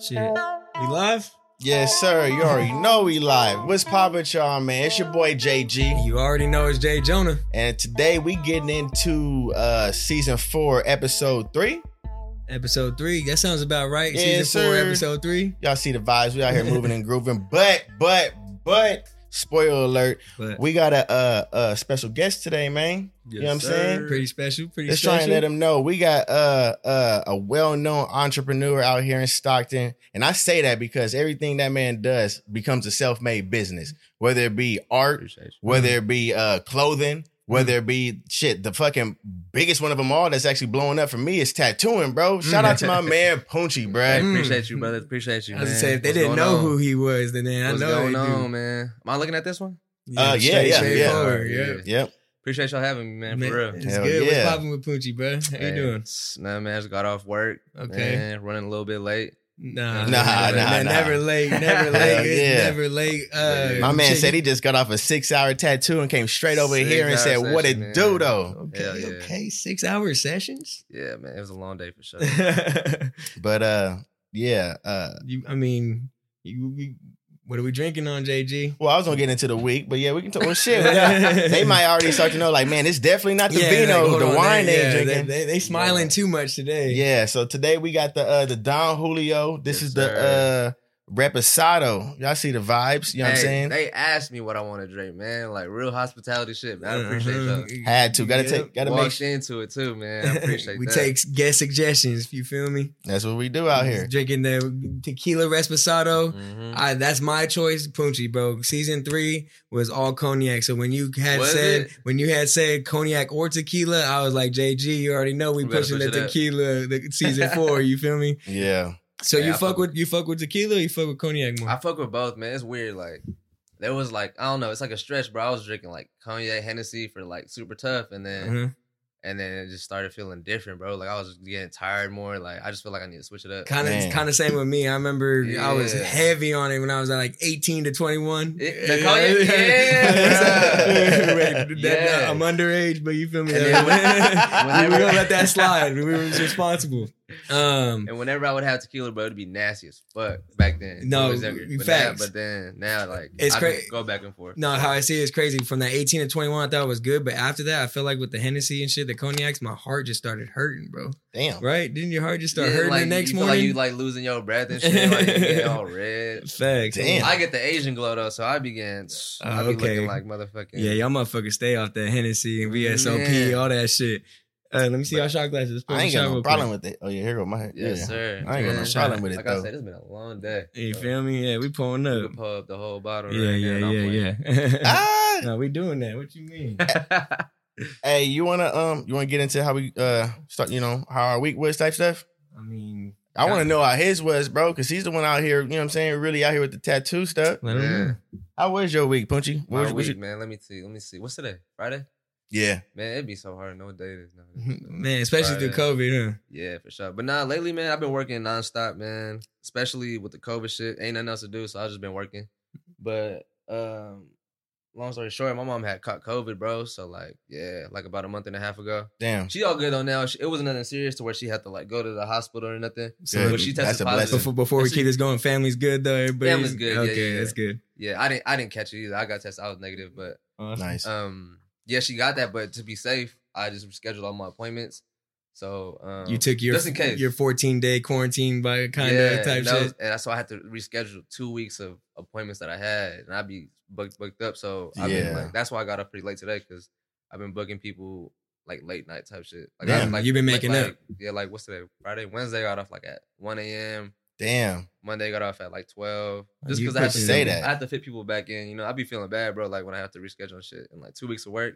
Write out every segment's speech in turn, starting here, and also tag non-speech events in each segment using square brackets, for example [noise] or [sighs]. Shit. We live? Yes, sir. You already know we live. What's poppin', y'all, man? It's your boy JG, You already know it's Jay Jonah. and today we getting into uh season four, episode three. Episode three. That sounds about right. Yeah, Season four, sir. episode three. Y'all see the vibes? We out here moving and grooving, but but but spoiler alert, But we got a uh a special guest today, man. you know what I'm saying? Pretty special. Pretty Let's special. try and let them know we got uh, uh, a well-known entrepreneur out here in Stockton, and I say that because everything that man does becomes a self-made business, whether it be art, Appreciate you. whether it be uh, clothing, whether it be shit. The fucking biggest one of them all that's actually blowing up for me is tattooing, bro. Shout out to my man Mm. Punchy, Hey, bro. appreciate you, brother. Appreciate you. Hmm. I was man. gonna say if they What's didn't going know on? who he was, then, then I What's know they going do. on, man? Am I looking at this one? Uh, yeah, straight- yeah, straightforward, yeah. yeah. Yep. Appreciate y'all having me, man. Man, [laughs] For real. It's Hell good. yeah. What's popping with Poochie, bro? How you Hey, doing? it's- Nah, man. I just got off work. Okay. man, running a little bit late. Nah, Nah, never, nah, man, nah. Never late, never Hell late, it's yeah. never late. Uh, My man shit, said he just got off a six-hour tattoo and came straight over here and said, Six-hour "What it session, do, man. though?" Okay, Hell yeah. okay, six hour [laughs] sessions. [laughs] Yeah, man. It was a long day for sure. But uh, yeah, uh. you, I mean, you, we, what are we drinking on, JG? Well, I was gonna get into the week, but yeah, we can talk. Well, shit, [laughs] they might already start to know. Like, man, it's definitely not the vino, hold the on, wine they, they, yeah, drinking. They, they, they smiling too much today. yeah. So today we got the uh, the Don Julio. This Yes, is the sir. uh, Reposado. Y'all see the vibes? You know what I'm Hey, saying? They asked me what I want to drink, man. Like real hospitality shit, man. I appreciate y'all. Mhm. Had to. Gotta take. Gotta make. Walked Sure. into it too, [laughs] man. I appreciate we that. take guest suggestions. You feel me? That's what we do out here. Drinking the tequila resposado. Mhm. I, that's my choice, Punchy, bro. Season three was all cognac. So when you had Was said it? when you had said cognac or tequila, I was like, JG, you already know we We better pushing push the it up. tequila the season four. You feel me? Yeah. So Yeah, you I fuck fuck with- with you fuck with tequila, or you fuck with cognac more. I fuck with both, man. It's weird. Like there was like I don't know. It's like a stretch, bro. I was drinking like cognac, Hennessy for like super tough, and then Uh-huh. and then it just started feeling different, bro. Like I was getting tired more. Like I just feel like I need to switch it up. Kind Man. of, kind of same with me. I remember I was Yeah. heavy on it when I was at like eighteen to twenty one. It- the [laughs] cognac- yeah. Yeah. I'm underage, but you feel me? And [laughs] then we when- were gonna let that slide. We were responsible. Um, And whenever I would have tequila, bro, it'd be nasty as fuck back then. No, Always younger. but, facts. Now, but then now, like It's I cra- just go back and forth. no, how I see it is crazy. From that eighteen to twenty one, I thought it was good, but after that, I feel like with the Hennessy and shit, the cognacs, my heart just started hurting, bro. Damn. Right? Didn't your heart just start Yeah, hurting like, the next you morning? Feel like you like losing your [laughs] breath and shit. Like you get all red. Facts. Damn. I get the Asian glow though, so I began. I be okay. looking like motherfucking. Yeah, y'all motherfuckers stay off that Hennessy and VSOP, Yeah. all that shit. Uh, let me see y'all shot glasses. Let's put I ain't in the got shot no real problem quick. with it. Oh yeah, here go my. Yes, yeah. sir. I ain't got no Man, problem with it, Like though. I said, it's been a long day. You So, feel me? Yeah, we pulling we up. could pull up the whole bottle. Yeah, right yeah, now, and I'm yeah, yeah. [laughs] Ah. no, we doing that. What you mean? [laughs] playing. Hey, you wanna um, you wanna get into how we uh start? You know how our week was type stuff. I mean, I want to know how his was, bro, because he's the one out here. You know what I'm saying? Really out here with the tattoo stuff. I don't Yeah. know. How was your week, Punchy? What My was- what week, you- man. Let me see. Let me see. What's today? Friday? Yeah. Man, it'd be so hard to know what day it is. Now. [laughs] [laughs] man, especially uh, through COVID, huh? yeah, for sure. But nah, lately, man, I've been working nonstop, man. Especially with the COVID shit. Ain't nothing else to do, so I've just been working. But um, long story short, my mom had caught COVID, bro. So like, yeah, like about a month and a half ago. Damn. She all good though now. She, it wasn't nothing serious to where she had to like go to the hospital or nothing. So But she That's tested a blessing. positive. before, before we Actually- keep this going, family's good though. Everybody, Family's good, yeah, Okay, yeah, yeah. that's good. Yeah, I didn't. I didn't catch it either. I got tested. I was negative, but Awesome. Nice. um, yeah, she got that. But to be safe, I just scheduled all my appointments. So um, You took your just in case your 14 day quarantine by kind of type and that shit. was- and so I had to reschedule two weeks of appointments that I had, and I'd be booked booked up. So I've been Yeah. like, that's why I got up pretty late today because I've been booking people like late night type shit. Like, Damn, I, like you've been like- making like, up. Yeah, like what's today? Friday, Wednesday. I got off like at one a.m. Damn. Monday got off at like twelve. Oh, Just you because I have to pushing it. Say say that. that I have to fit people back in. You know, I be feeling bad, bro. Like when I have to reschedule and shit, and like two weeks of work,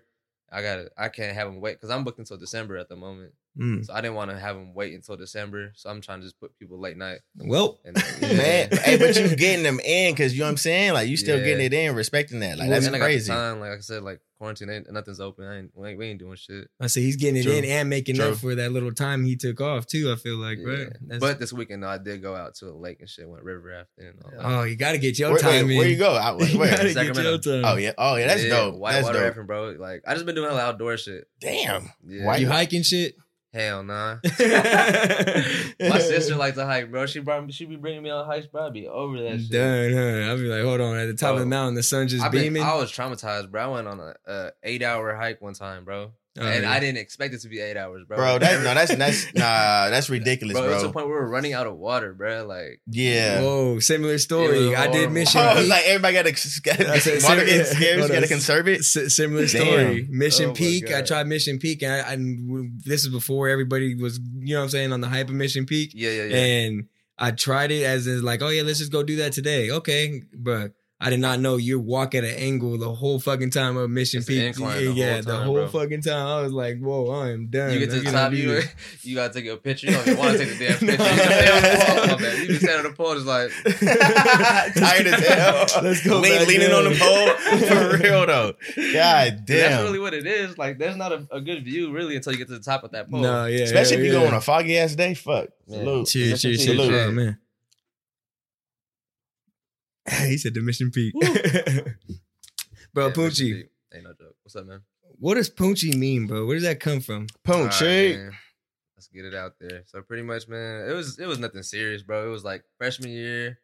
I gotta I can't have them wait because I'm booked until December at the moment. Mm. So I didn't want to have them wait until December. So I'm trying to just put people late night. Well, And yeah. Man, hey, but [laughs] you getting them in because you know what I'm saying? Like you still Yeah. getting it in, respecting that. Like Well, that's and I got the crazy. Time, like I said, like quarantine, ain't, nothing's open. I ain't, we ain't, we ain't doing shit. I say he's getting it True. in and making True. up for that little time he took off too. I feel like, Yeah. right? That's- But this weekend, though, I did go out to a lake and shit. Went river rafting. And all that. oh, you got to get your Where, wait, time [laughs] in. where you go? I, [laughs] wait, You where? gotta get Sacramento. your time. Oh yeah. Oh yeah. That's Yeah, dope. White that's water dope. rafting, bro. Like I just been doing hella outdoor shit. Damn. Yeah. Why You hiking shit? [laughs] Hell nah. [laughs] My My sister likes to hike, bro. She brought me, she be bringing me on hikes, bro. I be over that shit. Done, huh? I'll be like, hold on, at the top of the Bro, mountain, the sun just I, been, beaming. I was traumatized, bro. I went on a, a eight hour hike one time, bro, Oh, and yeah. I didn't expect it to be eight hours, bro. Bro, that no, that's [laughs] that's nah, that's ridiculous, bro. bro. It's to the point where we're running out of water, bro. Like, yeah. Whoa, similar story. It was I did horrible. Mission [laughs] Oh, it's Peak. like everybody got to I said, [laughs] water same- gets scarce, hold you got to on. conserve it. S- similar Damn. story. Mission Oh my Peak. I God. tried Mission Peak, and I, I w- this is before everybody was, you know, what I'm saying on the hype of Mission Peak. yeah, yeah, yeah. And I tried it as in like, oh yeah, let's just go do that today. Okay, but I did not know you're walking at an angle the whole fucking time of Mission It's an Peak. incline the yeah, whole yeah, the time, whole bro. fucking time. I was like, whoa, I am done. you get I'm to the gonna top, do [laughs] you [laughs] this. you gotta take a picture. You don't even want to take the damn No. picture. You just stand on the pole, my man. You just stand on the pole, just like Tired as hell. Let's go Lean- back leaning in. on the pole for [laughs] real though. God damn. that's really what it is. Like, there's not a, a good view really until you get to the top of that pole. No, yeah, Especially yeah, if you yeah. go on a foggy ass day. Fuck. Man. Salute. Cheers, cheers, cheers, Salute. Oh, man. [laughs] He said the mission peak. [laughs] bro, Yeah, Poochie. Ain't no joke. What's up, man? What does Poochie mean, bro? Where does that come from? All Poon right, chick. man. Let's get it out there. So pretty much, man, it was it was nothing serious, bro. It was like freshman year.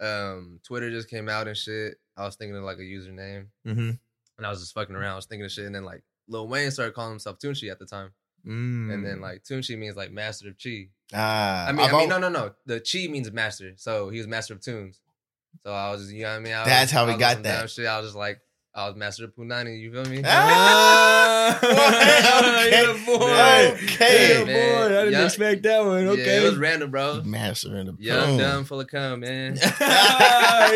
Um, Twitter just came out and shit. I was thinking of like a username, Mm-hmm. and I was just fucking around. I was thinking of shit, and then like Lil Wayne started calling himself Tunchi at the time, and Mm. Hmm. then like Tunchi means like master of chi. Ah, I mean, I've I [laughs] mean, al- no, no, no. The chi means master, so he was master of tunes. So I was, you know what I mean. I was- That's how I we was got on some that. dumb Shit. I was just like, I was master of punani. You feel me? Ah! Okay. [laughs] Yeah, boy. Okay. Yeah, Man. boy. I didn't Yeah. expect that one. Okay. [laughs] Yeah, [laughs] it was random, bro. Master in the Young, poon. dumb, full of [laughs] cum, man. Ah,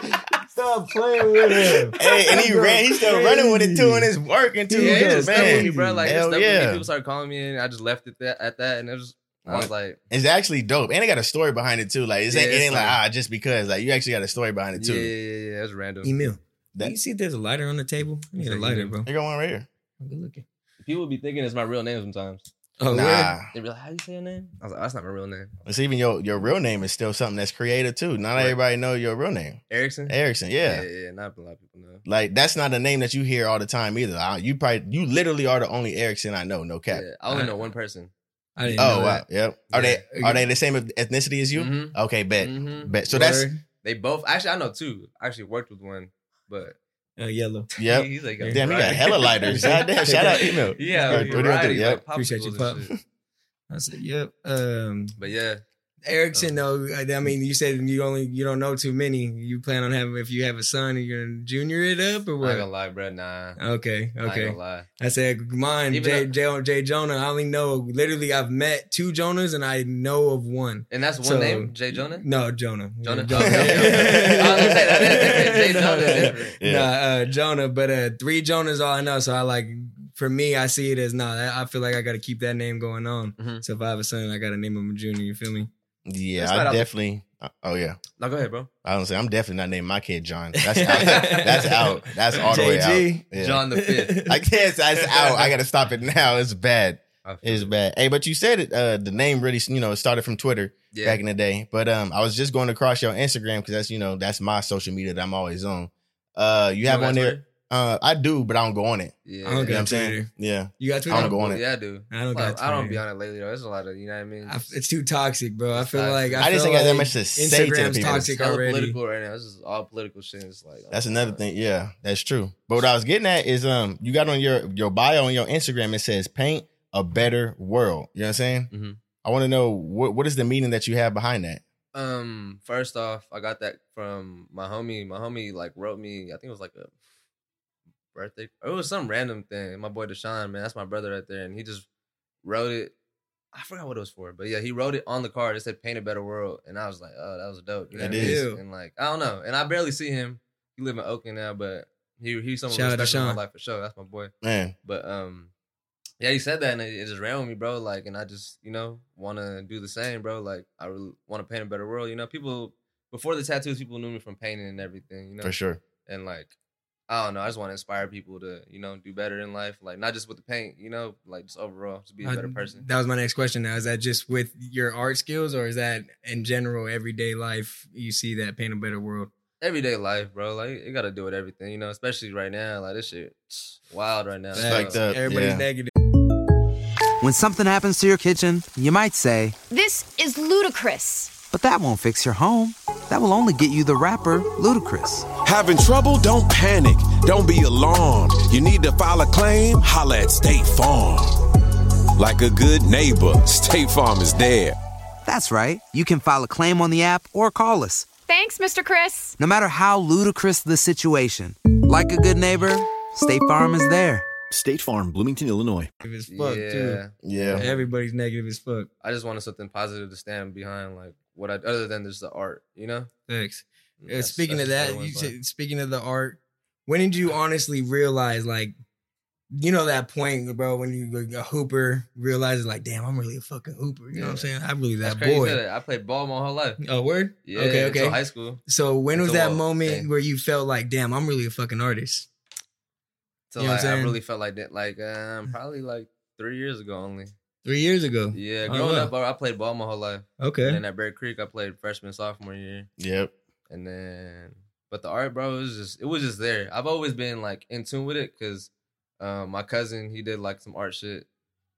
he was. Stop playing with him. Hey, and he Bro, ran. He's still running with it too, and crazy. it's working too. Yeah, it just stuck with man. me, bro. Like, it Hell stuck with yeah. me. People started calling me, and I just left it that, at that, and it was. I was like, It's actually dope, and it got a story behind it too. Like it's, Yeah, ain't, it it's ain't like like- ah, just because. Like you actually got a story behind it yeah, too. yeah, yeah, yeah, it was random. Emil, That- you see if there's a lighter on the table? I need a Yeah, lighter, Emil. bro. They got one right here. Good looking. People be thinking it's my real name sometimes. Oh, yeah. Nah, They be like, "How you say your name?" I was like, "That's not my real name, it's even your your real name is still something that's creative too. Not everybody know your real name, Erickson." Erickson. Yeah. yeah, yeah, yeah, not a lot of people know. like that's not a name that you hear all the time either. I, you probably you literally are the only Erickson I know. No cap. Yeah, I only I- know one person. I didn't Oh know wow, that. yep. Are Yeah. they are they the same ethnicity as you? Mhm. Okay, bet, Mhm. bet. So that's Word. They both actually, I know two. I actually worked with one, but Uh, yellow. yep. [laughs] he's like, a Damn, you got variety. hella [laughs] lighters. Goddamn, shout out email. Yeah, Alright, a three, three, variety, three, like yep. Appreciate you, popsicles Pop. and shit. I said, yep. Um, But yeah, Erickson, Oh. though, I I mean, you said you only you don't know too many. You plan on having if you have a son, you're gonna junior it up or I ain't what? gonna lie, bro. Nah, Okay, I ain't okay. gonna lie. I said mine, Even Jay, though- Jay, Jay Jonah. I only know literally I've met two Jonas and I know of one. And that's one So- name, Jay Jonah. No, Jonah. Jonah. Yeah, Oh, okay, okay. I was gonna say, that is [laughs] different. Jay Jonah [laughs] is different. Nah, uh, Jonah, but uh, three Jonas all I know. So I like, for me, I see it as nah. that- I feel like I got to keep that name going on. Mhm. So if I have a son, I got to name him Junior. You feel me? Yeah, That's I not out- definitely. Oh yeah, No, go ahead, bro. I don't say I'm definitely not naming my kid John. [laughs] That's out. that's out. That's all the way out. JG. Yeah. John the [laughs] Fifth. I guess that's out. I gotta stop it now. It's bad. I feel It's it. bad. Hey, but you said it. Uh, the name really, you know, it started from Twitter Yeah. back in the day. But um, I was just going across your Instagram because that's you know that's my social media that I'm always on. Uh, you, You have know on that there. Uh, I do, but I don't go on it. Yeah. I don't You know what got I'm saying? Twitter. Yeah, You got I Twitter? don't go on it. Yeah, I do. I don't Well, got I don't Twitter. be on it lately though. There's a lot of you know what I mean. I- it's too toxic, bro. I It's feel toxic. like I just feel ain't got that like much to say to the Instagram's people. toxic hella already. political right now. This is all political shit. It's like oh, That's another thing. Yeah, that's true. But what I was getting at is um, you got on your your bio on your Instagram. It says paint a better world. You know what I'm saying? Mhm. I want to know what what is the meaning that you have behind that. Um, first off, I got that from my homie. My homie like wrote me. I think it was like a birthday. It was some random thing. My boy Deshaun, man, that's my brother right there, and he just wrote it. I forgot what it was for, but yeah, he wrote it on the card. It said "Paint a Better World," and I was like, "Oh, that was dope." You know It what I mean? is. And like, I don't know, and I barely see him. He live in Oakland now, but He he's someone Shout out to special in Sean. my life for sure. That's my boy. Man, But um, yeah, he said that and it, it just ran with me, bro. Like, and I just you know want to do the same, bro. Like, I really want to paint a better world. You know, people before the tattoos, people knew me from painting and everything. You know, for sure. and like I don't know, I just want to inspire people to you know do better in life, like not just with the paint, you know, like just overall, just be a Uh, better person. That was my next question. Now, is that just with your art skills, or is that in general everyday life? You see that paint a better world. Everyday life, bro, like it got to do with everything, you know, especially right now, like this shit [sniffs] wild right now. It's like So, the- Everybody's yeah. negative. When something happens to your kitchen, you might say, This is ludicrous. but that won't fix your home. That will only get you the rapper, Ludacris. Having trouble? Don't panic. Don't be alarmed. You need to file a claim? Holla at State Farm. Like a good neighbor, State Farm is there. That's right. You can file a claim on the app or call us. Thanks, Mr. Chris. No matter how ludicrous the situation, like a good neighbor, State Farm is there. State Farm, Bloomington, Illinois. as fuck yeah, too. Yeah. Everybody's negative as fuck. I just wanted something positive to stand behind, like what I other than just the art, you know. Thanks. Uh, That's- speaking that's of just what I that, wanted you to said, speaking of the art, when did you honestly realize, like, you know that point, bro, when you like, a hooper realizes, like, damn, I'm really a fucking hooper. You know what I'm saying? I'm really That's that crazy you said boy. that. I played ball my whole life. Oh, word. Yeah, okay, okay. Until high school. so when was until that I- moment okay. where you felt like, damn, I'm really a fucking artist? So You know what like, I'm I saying? really felt like that, like um, probably like three years ago only. Three years ago. Yeah, Oh, growing wow. up, bro, I played ball my whole life. Okay. And then at Bear Creek, I played freshman sophomore year, Yep. and then but the art, bro, it was just it was just there. I've always been like in tune with it because um, my cousin he did like some art shit,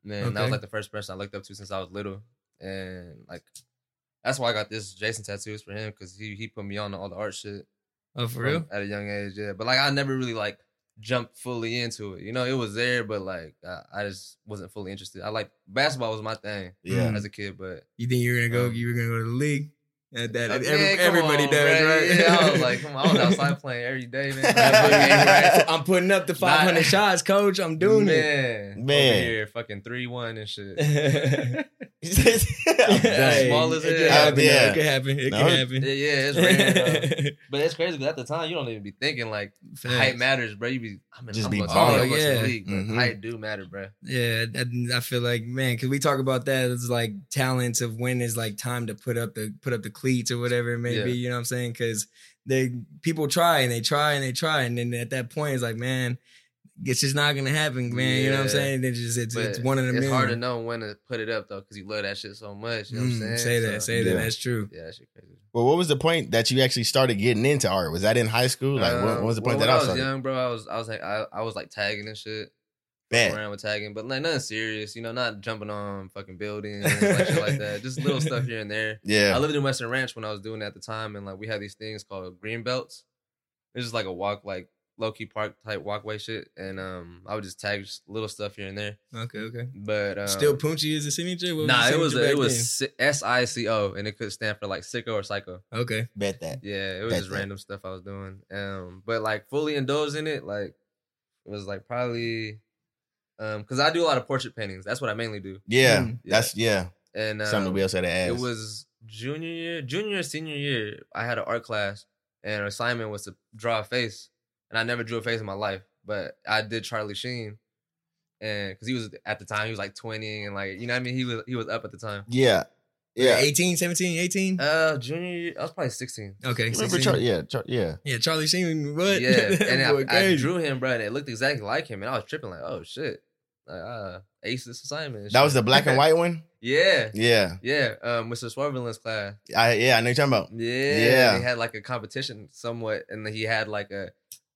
and then that Okay. was like the first person I looked up to since I was little, and like that's why I got this Jason tattoos for him because he he put me on to all the art shit oh, for from- real? at a young age. Yeah, but like I never really like jumped fully into it. You know, it was there, but like I, I just wasn't fully interested. I like basketball was my thing Mm. [laughs] Yeah. as a kid, but You think you're gonna go? Um, you were gonna go to the league? At that, Like, every- Uh, man, come everybody on, does, bruh. right? Yeah, I was like, come on, I was [laughs] outside playing every day, [laughs] man. I'm putting up the Not- 500 shots, coach. I'm doing man, Man. Over here, fucking three one [laughs] and shit. yeah, it. Hey, Small as it hell. could happen. Yeah. though. It could happen. It No, could it- happen. yeah, [laughs] it's rare, bro. but it's crazy because at the time you don't even be thinking like [laughs] Facts. height matters, bro. You be, I mean, Just I'm be gonna talk balling. about what's in the Yeah. Mm-hmm. league, Mhm. but height do matter, bro. Yeah, I, I feel like man, because we talk about that as like talents of when is like time to put up the put up the cleats or whatever it may Yeah. be. You know what I'm saying? Because they people try and they try and they try, and then at that point it's like man, it's just not gonna happen, man. You know what I'm Yeah. saying? It's just it's, it's But one of the It's million. hard to know when to put it up though, because you love that shit so much. You know Mm, what I'm saying? say that, So, say that. Yeah. That's true. Yeah, that shit crazy. Well, what was the point that you actually started getting into art? Was that in high school? Like, what, what was the Um, well, point when that I, I was started? young, bro? I was, I was like, I, I was like tagging and shit. Bad. around with tagging, but like nothing serious, you know, not jumping on fucking buildings, like shit like that. Just little stuff here and there. I [laughs] Yeah. lived in Western Ranch when I was doing it at the time, and like we had these things called green belts. It's just like a walk, like low key park type walkway shit, and um, I would just tag just little stuff here and there. Okay, okay. But um, Still, Punchy is a signature. What nah, the it was signature it back was S I C O, and it could stand for like sicko or psycho. then? okay. Bet that. Yeah, it was That's just it. random stuff I was doing. Um, but like fully indulged in it, like it was like probably um because I do a lot of portrait paintings. That's what I mainly do. Yeah. Mm. That's, yeah. And um, Something we else had to ask. it was junior year, junior or senior year, I had an art class and our assignment was to draw a face. And I never drew a face in my life, but I did Charlie Sheen. And because he was at the time, he was like 20 and like, you know what I mean? He was he was up at the time. Yeah. Yeah. 18, 17, 18? Uh junior year, I was probably 16. okay. Remember 16. Char- yeah. Char- yeah. yeah, Charlie Sheen. What? [laughs] Yeah, and Boy, I- I, crazy. drew him, bro, and it looked exactly like him, and I was tripping like, oh shit, like uh, ace this assignment. and That shit. was the black and white one? [laughs] yeah, Yeah. yeah, um, Mr. Swerveland's class. I Yeah. I know you're talking about. Yeah, Yeah. He had like a competition somewhat, and he had like a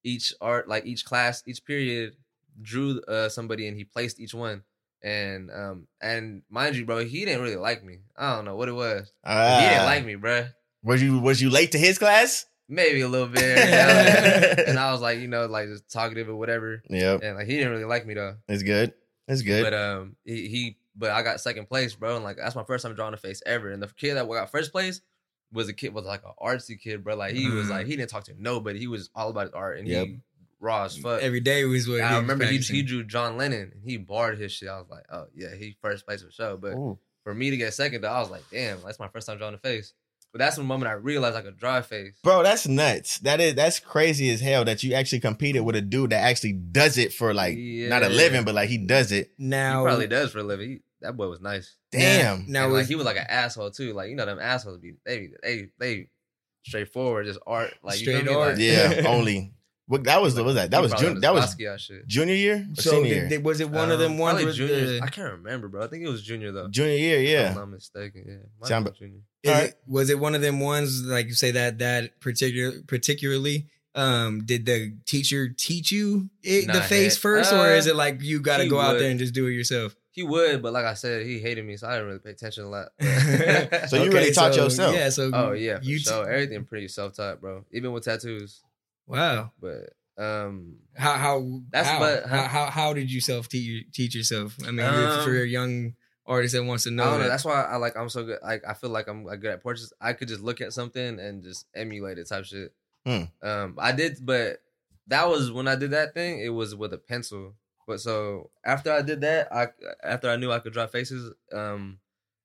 each art, like each class, each period drew uh somebody, and he placed each one. And um and mind you, bro, he didn't really like me. I don't know what it was. Uh, he didn't like me, bro. Was you, was you late to his class? Maybe a little bit. you know? and yep. I was like, you know, like just talkative or whatever. And like he didn't really like me though. It's good. It's good. But um, he, he but I got second place, bro, and like that's my first time drawing a face ever. And the kid that got first place was a kid was like an artsy kid, bro. Like he was Mm. like he didn't talk to nobody. He was all about his art and Yep. he raw as fuck. Every day was what I was remember he, he practicing. drew John Lennon and he barred his shit. I was like, oh yeah, he first place for sure. But Ooh. for me to get second, though, I was like, damn, that's my first time drawing a face. But that's the moment I realized I could drive face. Bro, that's nuts. That is that's crazy as hell that you actually competed with a dude that actually does it for like not a Yeah. living, but like he does it. He Now, probably does for a living. He- that boy was nice. Damn. Now, and, if- like he was like an asshole too. Like you know them assholes be they they they straightforward, just art like Straight you feel me? art. Like, [laughs] Yeah, only. What that was? What was that? That he was probably Jun- on that the was Basquiat shit. junior year, or so senior did- year, did- was it one of them Um, ones? Probably where junior. the- I can't remember, bro. I think it was junior though. junior year. If I'm Yeah, not mistaken. Yeah. Might Sound have ba- been junior. Is Alright. it, was it one of them ones like you say that that particular particularly um did the teacher teach you it, the Nah, face heck. first or is Uh, it like you got to he go out there would. and just do it [laughs] yourself? He would, but like I said, he hated me, so I didn't really pay attention [laughs] a lot. So you really taught so, yourself? Yeah, so [laughs] oh yeah, for you t- sure. Everything pretty self taught, bro. Even with tattoos. wow. But um How how That's how, but- how, how how did you self teach teach yourself? I mean, Um, for a young artist that wants to know, I don't know. that. That's why I like I'm so good. Like I feel like I'm like, good at portraits. I could just look at something and just emulate it type shit. Hmm. Um, I did, but that was when I did that thing. It was with a pencil. But so after I did that, I after I knew I could draw faces, um,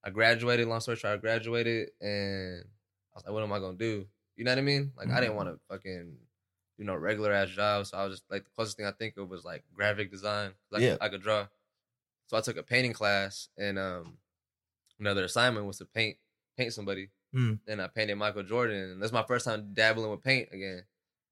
I graduated. Long story short, I graduated, and I was like, "What am I gonna do?" You know what I mean? Like I didn't Mm-hmm. want to fucking, you know, regular ass job. So I was just like the closest thing I think of was like graphic design. Like Yeah. I could draw. So I took a painting class, and um, another assignment was to paint paint somebody. Mm. And I painted Michael Jordan, and that's my first time dabbling with paint again.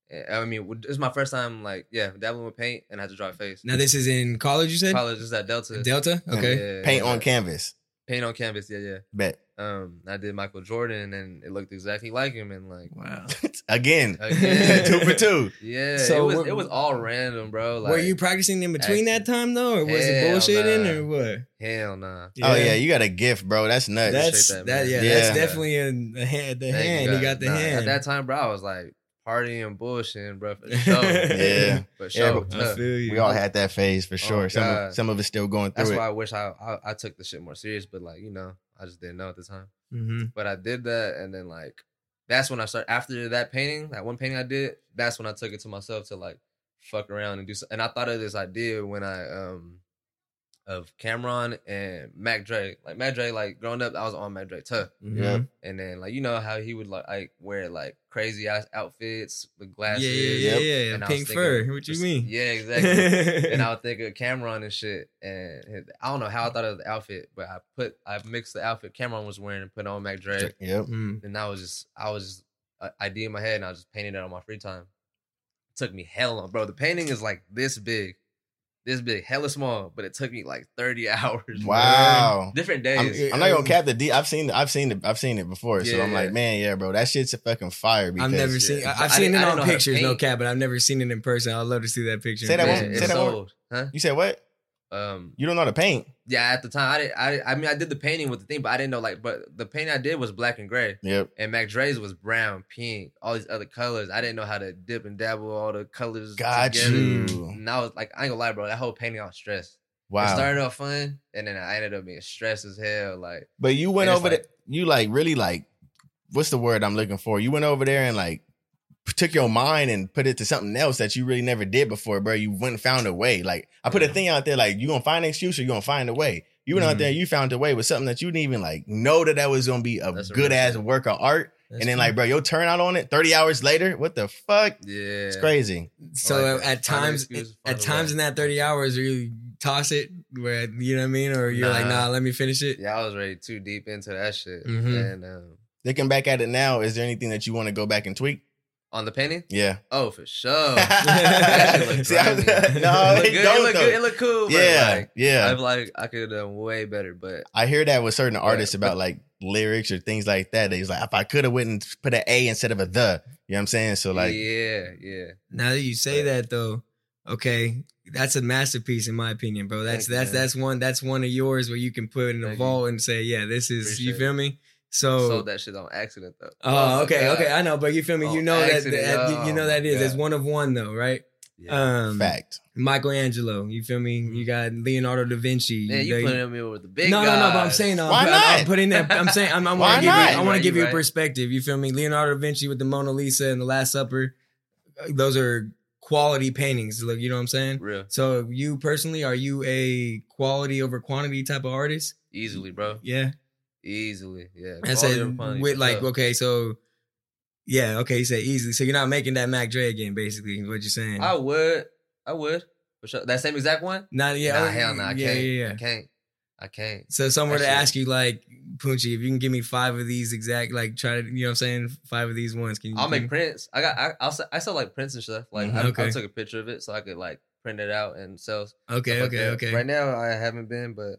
And, I mean, w- it's my first time like yeah, dabbling with paint, and I had to draw a face. now this is in college. You said College is at Delta. Delta. Okay, Yeah, paint yeah. on canvas. Paint on canvas. Yeah, yeah. Bet [laughs] Um, I did Michael Jordan, and it looked exactly like him, and [laughs] like [laughs] wow. again, [laughs] Again. two for two. yeah, So it was what- it was all random, bro. Like Were you practicing in between that actually- time though, or was it Hell bullshitting nah. or what? hell nah. Oh yeah, you got a gift, bro. That's nuts. That's Appreciate that, that, man. yeah, Yeah. That's definitely in the hand. The Thank hand. you, He guys. got the Nah, hand. At that time, bro, I was like partying, bullshitting, [laughs] bro. For sure. Yeah. for sure. but- tough. I feel you. we all had that phase for sure. some of, Oh, God. some of us still going through That's it. why I wish I, I I took the shit more serious, but like you know, I just didn't know at the time. Mhm. But I did that, and then like that's when I started. After that painting, that one painting I did, that's when I took it to myself to like fuck around and do. So, and I thought of this idea when I um of Cameron and Mac Dre. Like Mac Dre, like growing up, I was on Mac Dre tough. mm-hmm. Yeah. And then like you know how he would like, like wear like crazy ass outfits with Yeah, glasses. yeah, yeah, Yep. yeah. And I was Pink thinking- fur. What you mean? Yeah, exactly [laughs] and I would think of Cameron and shit. And his, I don't know how I thought of the outfit, but I put I mixed the outfit Cameron was wearing and put on Mac Dre. [laughs] Yep. Mm. And I was just I was just a idea in my head, and I was just painting it on my free time. took me hell long, bro. The painting is like this big, this big, hella small, but it took me like thirty [laughs] hours. bro. Wow. different I'm, e, days. I'm not gonna cap the D. I've seen, I've seen, it, I've seen it before. so Yeah, I'm like, yeah. man, yeah, bro, that shit's a fucking fire. Because I've never seen. yeah. I, have I seen didn't- it I didn't on know how to pictures, no paint. cap, but I've never seen it in person. I'd love to see that picture. in Say that person. one- It say that one- sold, huh? You said what? Um, You don't know how to paint? yeah. At the time, I didn't. I, I mean, I did the painting with the thing, but I didn't know like. But the painting I did was black and gray. Yep. And Mac Dre's was brown, pink, all these other colors. I didn't know how to dip and dabble all the colors. Got together. you. And I was like, I ain't gonna lie, bro. That whole painting, I was stressed. It Wow. started off fun, and then I ended up being stressed as hell. Like, But you went And it's over like- there. You like really like, what's the word I'm looking for? You went over there and like took your mind and put it to something else that you really never did before, bro. You went and found a way. Like I put a Yeah. Mm-hmm. thing out there, like you gonna find an excuse or you gonna find a way. You went Mhm. out there, you found a way with something that you didn't even like know that that was gonna be a That's a real good ass shit. work of art. and then like, bro, your turnout on it 30 hours later. What the fuck? yeah, It's crazy. so like that. at Find an times, excuse, find at a times way. in that thirty hours, you toss it where you know what I mean, or you're like, Nah. nah, let me finish it. Yeah, I was already too deep into that shit. Mm-hmm. Mhm. And um, Looking back at it now, is there anything that you want to go back and tweak? on the painting, Yeah. oh [laughs] for sure. that shit look See, I was- grimy. no, it it looked good. It don't, looked though. good. It looked cool. yeah, but, like, yeah. I'm like, I could have done way better, but I hear that with certain artists but- about like lyrics or things like that. They was like, if I could have went and put an A instead of a the, you know what I'm saying? So like, yeah, yeah. Now that you say that though, okay, that's a masterpiece in my opinion, bro. That's Thank you, that's man. that's one that's one of yours where you can put in a Thank you. vault and say, yeah, this is you Appreciate feel me. So, Sold that shit on accident though. oh, my okay, God. okay, I know, but you feel me. Oh, you know that, accident. that- you- you know Oh, that my is it's God. one of one though, right? Yeah. Um, fact. Michelangelo, you feel me? You got Leonardo da Vinci. Man, you they- putting me with the big no, no, no. But I'm guys. saying, uh, Why I'm, I'm not? putting that. I'm saying, I'm, I Why want to give you. not? I want Right, to give you a right. perspective. You feel me? Leonardo da Vinci with the Mona Lisa and the Last Supper. uh, Those are quality paintings. Look, you know what I'm saying. real So, you personally, are you a quality over quantity type of artist? easily, bro. Yeah. Easily, yeah. I Quality said over quantity, with for like sure. okay, so yeah, okay, you said easily. So you're not making that Mac Dre again, basically, is what you're saying. I would, I would for sure. That same exact one? not yeah, nah, oh, hell no, I yeah, can't. yeah, I yeah. can't. I can't. So someone were to Actually- ask you like Punchy, if you can give me five of these exact, like try to, you know what I'm saying, five of these ones. Can you? I'll make can- prints. I got. I I'll, se- I sell like prints and stuff. Like Mhm. I, I Okay. took a picture of it so I could like print it out and sell. stuff Okay, like okay, that. okay. Right now I haven't been, but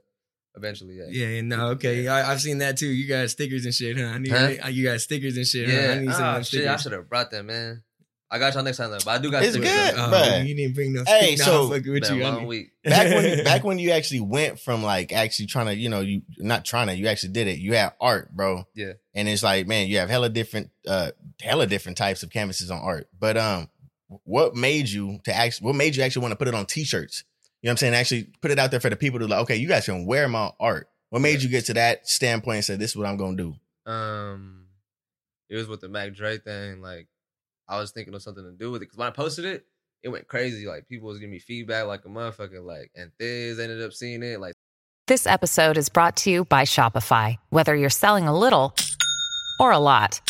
eventually, yeah. Yeah, yeah, no, okay. I, I've seen that too. You got stickers and shit, huh? I need, Huh? You got stickers and shit. Yeah. Huh? I need some Ah, of them shit, I stickers. should have brought that, man. I got y'all next time though, but I do got. It's stickers, good. though. Oh, Bruh. you didn't bring no stickers. [laughs] Hey, so- fucking with Been you. a I long need- week. [laughs] back [laughs] when back when you actually went from like actually trying to you know you not trying to you actually did it you had art bro Yeah. and it's like man you have hella different uh hella different types of canvases on art but um what made you to actually what made you actually want to put it on t-shirts you know what i'm saying actually put it out there for the people to like okay you guys can wear my art what made Yeah. you get to that standpoint and say this is what i'm gonna do Um, it was with the Mac Dre thing. Like, I was thinking of something to do with it because when I posted it, it went crazy. Like, people was giving me feedback like a motherfucker. Like, and Thiz ended up seeing it. Like, This episode is brought to you by Shopify. Whether you're selling a little or a lot,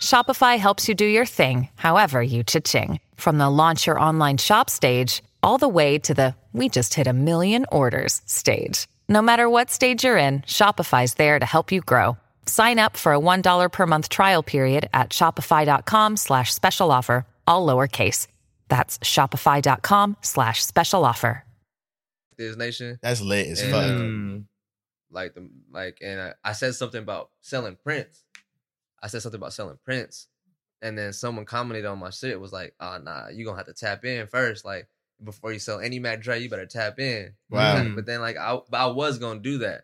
Shopify helps you do your thing, however you cha-ching. From the launch your online shop stage, all the way to the we just hit a million orders stage. No matter what stage you're in, Shopify's there to help you grow. Sign up for a $1 per month trial period at shopify.com slash special offer, all lowercase. That's shopify.com slash special offer. Thiz Nation. that's lit as Yeah. fuck Mm. like the like and I, I said something about selling prints. I said something about selling prints. And then someone commented on my shit was like, oh nah, you gonna have to tap in first. Like before you sell any Mac Dre, you better tap in. Wow. Like, but then like I but I was gonna do that.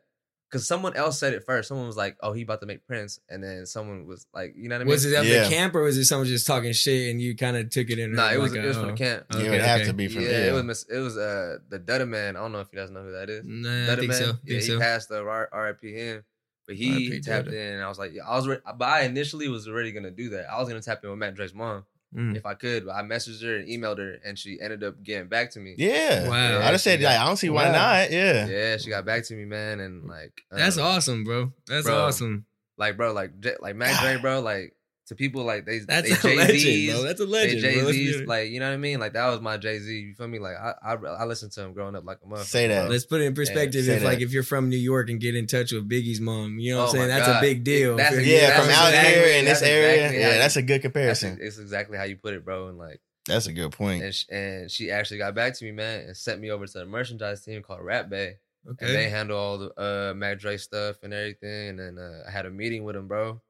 Cause someone else said it first. Someone was like, Oh, he about to make prints. And then someone was like, you know what I mean? was it at Yeah. the camp or was it someone just talking shit and you kind of took it in? nah, it was like a, it was from oh. the camp. Okay, it would have to okay. be from yeah, there it was mis- it was uh the Dutta Man. I don't know if you guys know who that is. Nah, Mm, I Dutta think Man. so. yeah, think he so. passed the R- RIP him, but he RIP tapped Dutta. in. And I was like, yeah, I was, re- but I initially was already gonna do that. I was gonna tap in with Matt Drake's mom Mm. if I could, but I messaged her and emailed her, and she ended up getting back to me. yeah Wow. i just said like i don't see why Wow. not yeah yeah, she got back to me, man, and like That's um, awesome, bro. That's Bro. awesome. Like, bro, like J- like Matt Drake, bro, like to people like they That's they a [laughs] legend, bro. Jay-Z's, That's a they legend. bro. Jay Let's be Z's, real. like you know what I mean. Like that was my Jay Z. You feel me? Like I, I, I listened to him growing up like a motherfucker. Say that. bro. Let's put it in perspective. say if like that. if you're from New York and get in touch with Biggie's mom, you know what I'm Oh saying? my That's a God. big deal. That's a- Feel me? yeah, That's from out exactly- here in this that's area, exactly how yeah, you- that's a good comparison. That's, it's exactly how you put it, bro. And like, That's a good point. and she, and she actually got back to me, man, and sent me over to the merchandise team called Rap Bay, and they Okay. handle all the uh, Mac Dre stuff and everything. And then uh, I had a meeting with him, bro.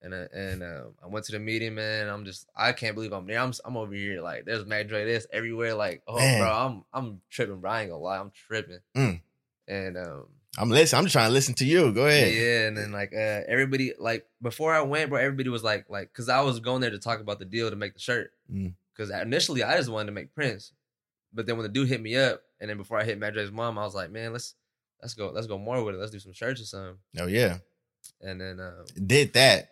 And uh, and um, I went to the meeting, man. and I'm just I can't believe I'm there. I'm s- I'm over here like there's Mac Dre this everywhere. Like oh, Man. bro, I'm I'm tripping. Bro, I ain't gonna lie, I'm tripping. Mm. And um, I'm listening. I'm just trying to listen to you. Go ahead. yeah, and then like uh everybody like before I went, bro, everybody was like like cause I was going there to talk about the deal to make the shirt. Mm. Cause initially I just wanted to make prints. But then when the dude hit me up and then before I hit Madra's mom, I was like, man, let's let's go let's go more with it. Let's do some shirts or something. Oh yeah, And then um did that.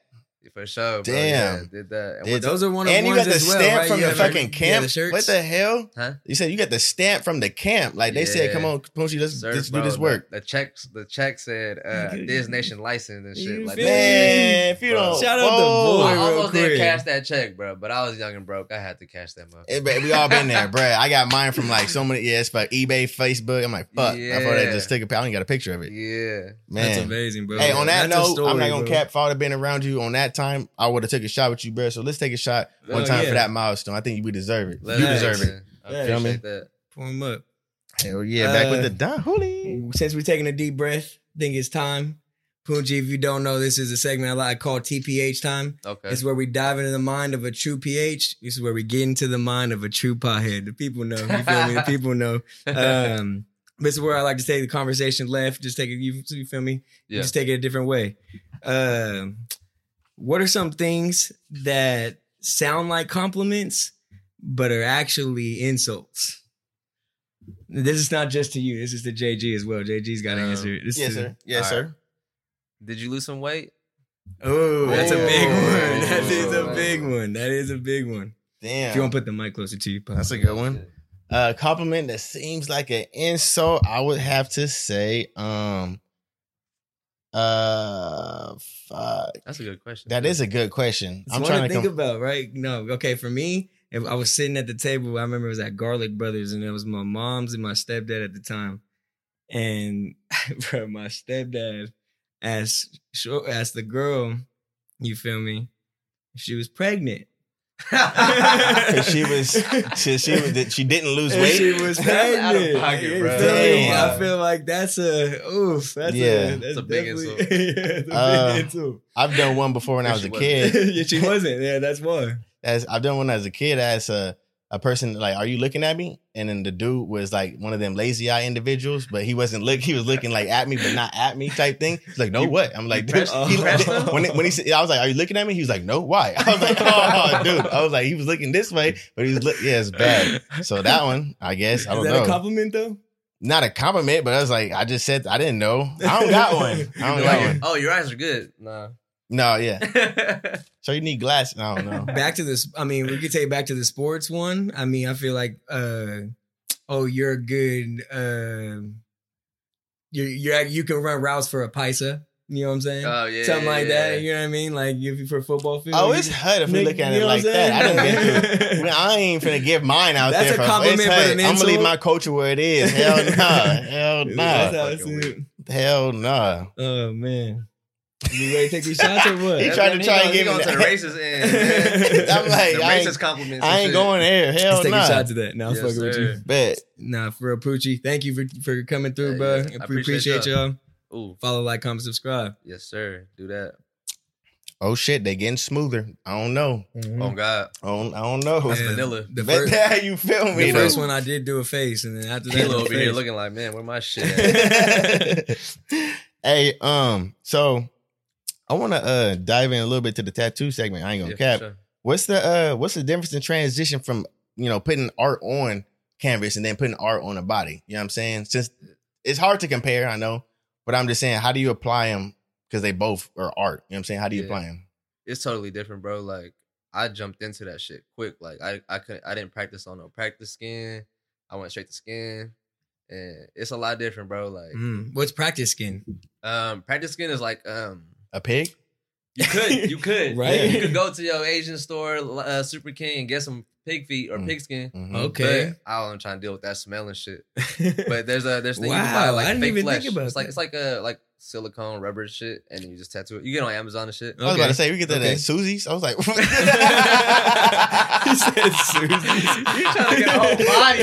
for sure, bro, Damn. yeah, did that. And Did went Those are one of and you ones got the as well, stamp right? from You the have, like, fucking yeah, camp. the shirts. what the hell? Huh? You said you got the stamp from the camp. Like they said, Yeah. come on, Punchy, let's, Sir, let's bro, do this the- work. The, checks, the check said uh, You- Diz Nation license and shit. you Like, feel that. Man, if you Bro. don't Shout out to Whoa. Boy I real almost didn't quick. cash that check, bro, but I was young and broke. I had to cash that motherfucker. It- but we all been there, bruh. I got mine from like so many. Yeah, it's like eBay, Facebook. I'm like, fuck. I thought I Yeah. just took a. I only got a picture of it. Yeah. That's Man, amazing, bro. Hey, on that That's a note, I'm not story, gonna bro. cap father being around you on that time. I would have took a shot with you, bro. So let's take a shot one Oh, time yeah. for that milestone. I think we deserve it. Let you it deserve happen. it. I Yeah. Feel me? appreciate that. Pull him up. Hell yeah, back with Uh, the Don Hooley. Since we're taking a deep breath, I think it's time. Punji, if you don't know, this is a segment I like called TPH time. Okay. [laughs] It's where we dive into the mind of a true PH. This is where we get into the mind of a true pothead. The people know. You feel me? [laughs] The people know. uh, [laughs] Um, this is where I like to take the conversation left. Just take it. You, you feel me? You Yeah. Just take it a different way. Um, what are some things that sound like compliments but are actually insults? This is not just to you. This is to JG as well. JG's got to Um, answer it. This Yes, is- sir. Yes, All sir. right. Did you lose some weight? Oh, that's a big Oh. one. That is a big one. That is a big one. Damn. If you want to put the mic closer to you, Pop. That's a good one. A compliment that seems like an insult, I would have to say, um, Uh, fuck. That's a good question. That is a good question. It's I'm one trying to think com- about, right? No, okay. For me, if I was sitting at the table, I remember it was at Garlic Brothers, and it was my mom's and my stepdad at the time. And [laughs] bro, my stepdad asked sho- asked the girl, you feel me, if she was [laughs] pregnant. [laughs] she was, she, she was, that she didn't lose If weight. she [laughs] was pregnant. out of pocket, You bro. feel me? Damn. I feel like that's a oof. That's Yeah. a, that's It's a big definitely- insult. yeah, [laughs] it's a Uh, big insult. I've done one before when I was a She [laughs] kid. yeah, [laughs] she wasn't. Yeah, that's why. As I've done one as a kid, as a a person like, "Are you looking at me?" And then the dude was like one of them lazy eye individuals, but he wasn't look. He was looking like at me, but not at me type thing. He's like, "No, what?" I'm like, you dude, pressed- he- you pressed him? when it- when he said, I was like, "Are you looking at me?" He was like, "No, why?" [laughs] I was like, "Oh, dude," I was like, he was looking this way, but he was look. Yeah, it's bad. So that one, I guess, I Is don't that know. a compliment though? not a compliment, but I was like, I just said I didn't know. I [laughs] don't got one. I don't got one. Oh, your eyes [laughs] are good. Oh, Nah. No, yeah. So you need glass. I don't [laughs] know. back to this i mean we could take back to the sports one i mean i feel like uh oh you're a good uh you you you can run routes for a paisa you know what i'm saying Oh, yeah, something yeah, like yeah. that you know what i mean like if you for football field Oh, you it's just- HUD if we look at it like that. I done been through. I, mean, I ain't finna give mine out That's there. a for- it's compliment, but HUD. an I'm gonna leave insult? my culture where it [laughs] is. Hell nah. Hell That's nah. how I see it. Hell nah. oh man you ready to take these shots or what He tried to try and give me me to the that. [laughs] racist end. man. I'm like, the I ain't- racist compliments. I and ain't shit. going there. Hell Let's take a nah. shot to that. Now I'm Yes, fucking with sir. you. But Nah, for real, Poochie. Thank you for, for coming through, Yeah, bro. yeah. I I appreciate appreciate y'all. y'all. Ooh, Follow, like, comment, subscribe. yes, sir. Do that. Mm-hmm. oh shit, they getting smoother. I don't know. Oh God, I don't, I don't know. that's vanilla. The But first, how [laughs] you feel me? the though? first one I did do a face, and then after that, Kilo no over here face. looking like, man, where [laughs] my shit? At? hey, um, so I want to uh dive in a little bit to the tattoo segment. I ain't gonna Yeah, for cap. sure. What's the uh what's the difference in transition from you know putting art on canvas and then putting art on a body? You know what I'm saying? Since it's hard to compare, I know, but I'm just saying, how do you apply them? Because they both are art. You know what I'm saying? How do you Yeah. apply them? It's totally different, bro. Like I jumped into that shit quick. Like I, I could, I didn't practice on no practice skin. I went straight to skin, and it's a lot different, bro. Like Mm, what's practice skin? um, practice skin is like um, A pig? You [laughs] could, you could, Right? You could go to your Asian store, uh, Super King, and get some pig feet or Mm. pig skin. Mhm. mm-hmm. Oh, Okay. [laughs] But I don't trying to deal with that smell and shit. But there's a there's things you can Wow, buy I like didn't fake even flesh. think about it's like that. it's like a like silicone rubber shit, and then you just tattoo it. You get on Amazon and shit. I was about Okay. [laughs] to say we get that Okay. at Susie's. I was like, [laughs] [laughs] He said Susie's. You trying to get a whole [laughs] body? Right?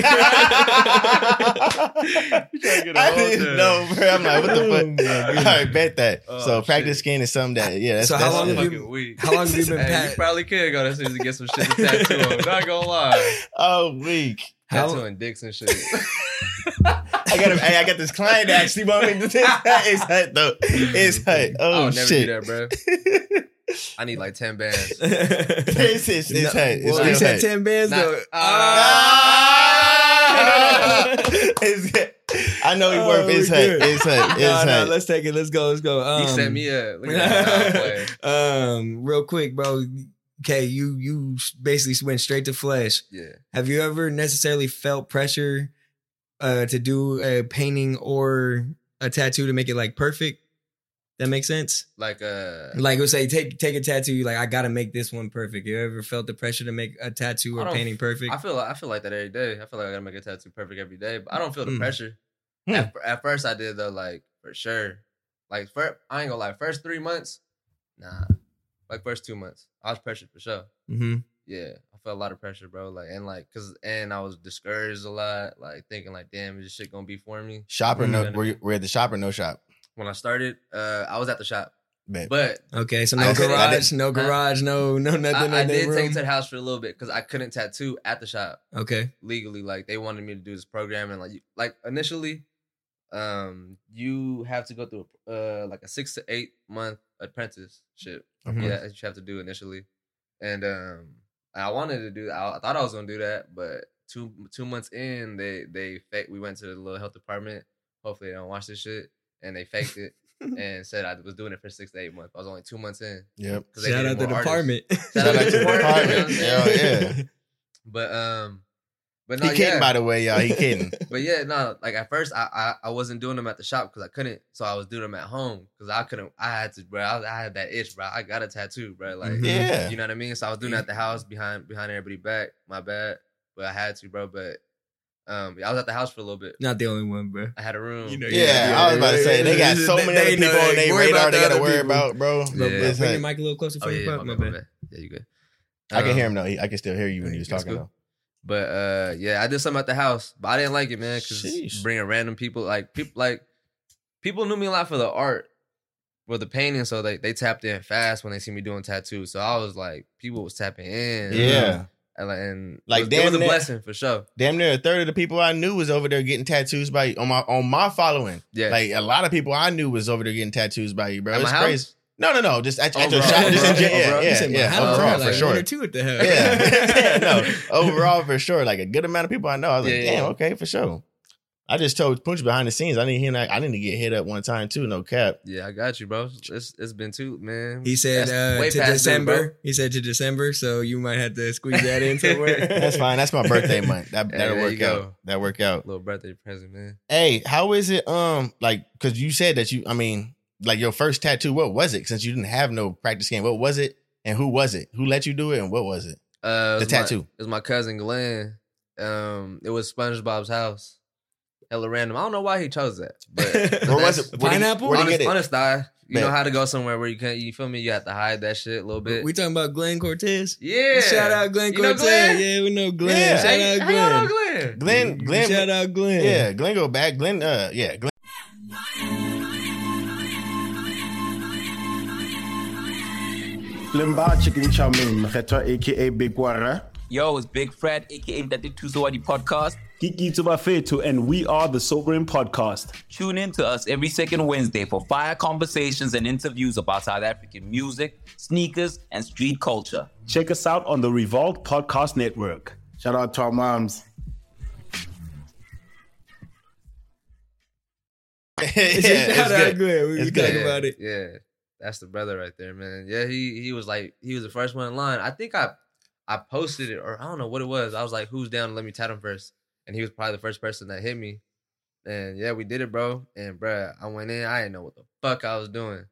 You trying to get a I whole didn't thing. know, bro. I'm like, what the [laughs] Oh, my fuck? goodness. I bet that. Oh, so practice shit. skin is something that, yeah. That's, So how that's long it. have you- Fucking weak. How long have you been Hey, you pat- probably could go to Susie and get some shit to tattoo. on. Not gonna lie, Oh, weak. How- tattooing dicks [laughs] and shit. I got, a, hey, I got this client that actually want me to do this. It's hot though. It's hot. Oh I'll never shit. do that, bro. I need like ten [laughs] bands. [laughs] It's it's, No, it's hot. It's well, we real you said hot. ten bands [laughs] Nah. uh, though. [laughs] Ah! It's- [laughs] I know he Oh, worth. we It's hot. good. It's hot. It's no, no, hot. let's take it. Let's go. Let's go. He Um, set me up. Look at [laughs] that halfway. um, real quick, bro. Okay, you you basically went straight to flesh. Yeah. Have you ever necessarily felt pressure uh, to do a painting or a tattoo to make it like perfect? That makes sense. Like uh Like, let's say take take a tattoo. You like, I gotta make this one perfect. You ever felt the pressure to make a tattoo I or don't- painting perfect? I feel like I feel like that every day. I feel like I gotta make a tattoo perfect every day, but I don't feel the Mm. pressure. Hmm. At, at first, I did though, like for sure. Like for I ain't gonna lie, first three months, nah. Like first two months, I was pressured for sure. mm-hmm. Yeah, I felt a lot of pressure, bro. Like and like, cause and I was discouraged a lot. Like thinking like, damn, is this shit gonna be for me? Shop or Mm. no? We're, we're at the shop or no shop? When I started, uh, I was at the shop, Bet. but Okay, so I no did- I garage, no garage, no no nothing. I, I in that did room. take it to the house for a little bit because I couldn't tattoo at the shop. Okay, legally like they wanted me to do this program and like you, like initially um you have to go through uh like a 6 to 8 month apprenticeship Mm-hmm. Mhm. yeah that you have to do initially and um I wanted to do I, I thought I was going to do that but two 2 months in they they fake we went to the little health department hopefully they don't watch this shit and they faked [laughs] it and said I was doing it for 6 to 8 months I was only 2 months in Yep. 'cause they shout out needed to more [laughs] the artists. department. Shout out to the department, yeah, yeah. but um But He no, kidding, yeah. by the way, y'all. He kidding. But yeah, no, like at first I I, I wasn't doing them at the shop because I couldn't, so I was doing them at home because I couldn't. I had to, bro. I, was- I had that itch, bro. I got a tattoo, bro. Like, Mhm. Yeah. you know what I mean. So I was doing it at the house behind behind everybody back. My bad, but I had to, bro. But um, I was at the house for a little bit. Not the only one, bro. I had a room. You know, Yeah, I was about to say they [laughs] got so many They other know people on they their worry radar about they the gotta other worry people. about, bro. But- Yeah. but It's bring like- your mic a little closer Oh for yeah, the yeah, pup, my my bad, my bad. bad. Yeah, you good. I can Um, hear him though. He- I can still hear you when you was That's talking though. But uh, yeah, I did something at the house, but I didn't like it, man, because Sheesh. bringing random people, like people, like people knew me a lot for the art, for the painting, so they they tapped in fast when they see me doing tattoos. So I was like, people was tapping in, Yeah. and, and Like, it was, it was a damn that- blessing for sure. Damn near a third of the people I knew was over there getting tattoos by you on my on my following. Yeah, Like a lot of people I knew was over there getting tattoos by you, bro. At my It's house? crazy. No, no, no. Just at, at your Overall, shop. Just in gen- overall, Oh, yeah, overall. You yeah, said my yeah. house, overall, Oh, bro, Overall like for One sure. or two at the house. [laughs] yeah, [laughs] no. Overall for sure. Like a good amount of people I know. I was like, Yeah, damn, yeah. okay, for sure. I just told Punch behind the scenes. I need him. I need to get hit up one time too. No cap. yeah, I got you, bro. It's it's been two, man. He said That's uh, way to past due, December. bro. he said to December, so you might have to squeeze that in somewhere. [laughs] That's [laughs] fine. That's my birthday month. [laughs] That Hey, that'll there work you out. go. That work out. little birthday present, man. Hey, how is it? Um, like, cause you said that you. I mean, like your first tattoo. What was it? Since you didn't have no practice game, what was it? And who was it? Who let you do it? And what was it? Uh, it The was my- tattoo. it was my cousin Glenn. Um, it was SpongeBob's house. Hella random. I don't know why he chose that, but but Where was that's- it? Where did you- Pineapple? Where did you honest, get it? honest eye. You know Bet. how to go somewhere where you can't. You feel me? You have to hide that shit a little bit. we talking about Glenn Cortez. yeah. Shout out Glenn You know Cortez. Glenn? Yeah, we know Glenn. Yeah. Shout Hey, out hey, y'all know Glenn. Glenn. Glenn, Glenn, Shout out Glenn. [laughs] yeah, Glenn, go back, Glenn. Uh, yeah, Glenn. Limba Chicken Chow Mein, Mecheta aka Big Wara. Yo, it's Big Fred, aka Daddy Tuzawadi Podcast. Kiki Tubafetu, and we are the Sobering Podcast. Tune in to us every second Wednesday for fire conversations and interviews about South African music, sneakers, and street culture. Check us out on the Revolt Podcast Network. Shout out to our [laughs] [laughs] moms. Shout out yeah, Glenn. We It's talk good. about it. Yeah, that's the brother right there, man. Yeah, he he was like he was the first one in line. I think I I posted it or I don't know what it was. I was like, who's down? to Let me tat him first, and he was probably the first person that hit me. And yeah, we did it, bro. And bruh, I went in. I didn't know what the fuck I was doing.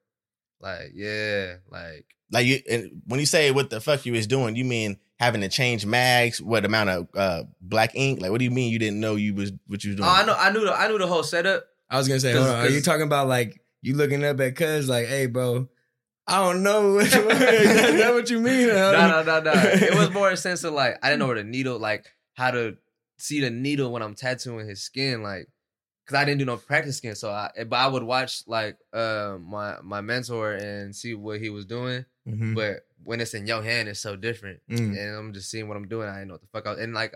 Like yeah, like like you, and when you say what the fuck you was doing, you mean having to change mags? What amount of uh black ink? Like, what do you mean you didn't know you was what you was doing? oh, I know I knew the, I knew the whole setup. I was gonna say, Cause- hold on. Are cause- you talking about like you looking up at Cuz like, hey, bro, I don't know. [laughs] Is that what you mean? huh? No, no, no, no. It was [laughs] more a sense of like I didn't know where the needle, like how to see the needle when I'm tattooing his skin, like because I didn't do no practice skin. So I, eh, but I would watch like uh my my mentor and see what he was doing. Mhm. But when it's in your hand, it's so different, Mm. and I'm just seeing what I'm doing. I didn't know what the fuck I was, and like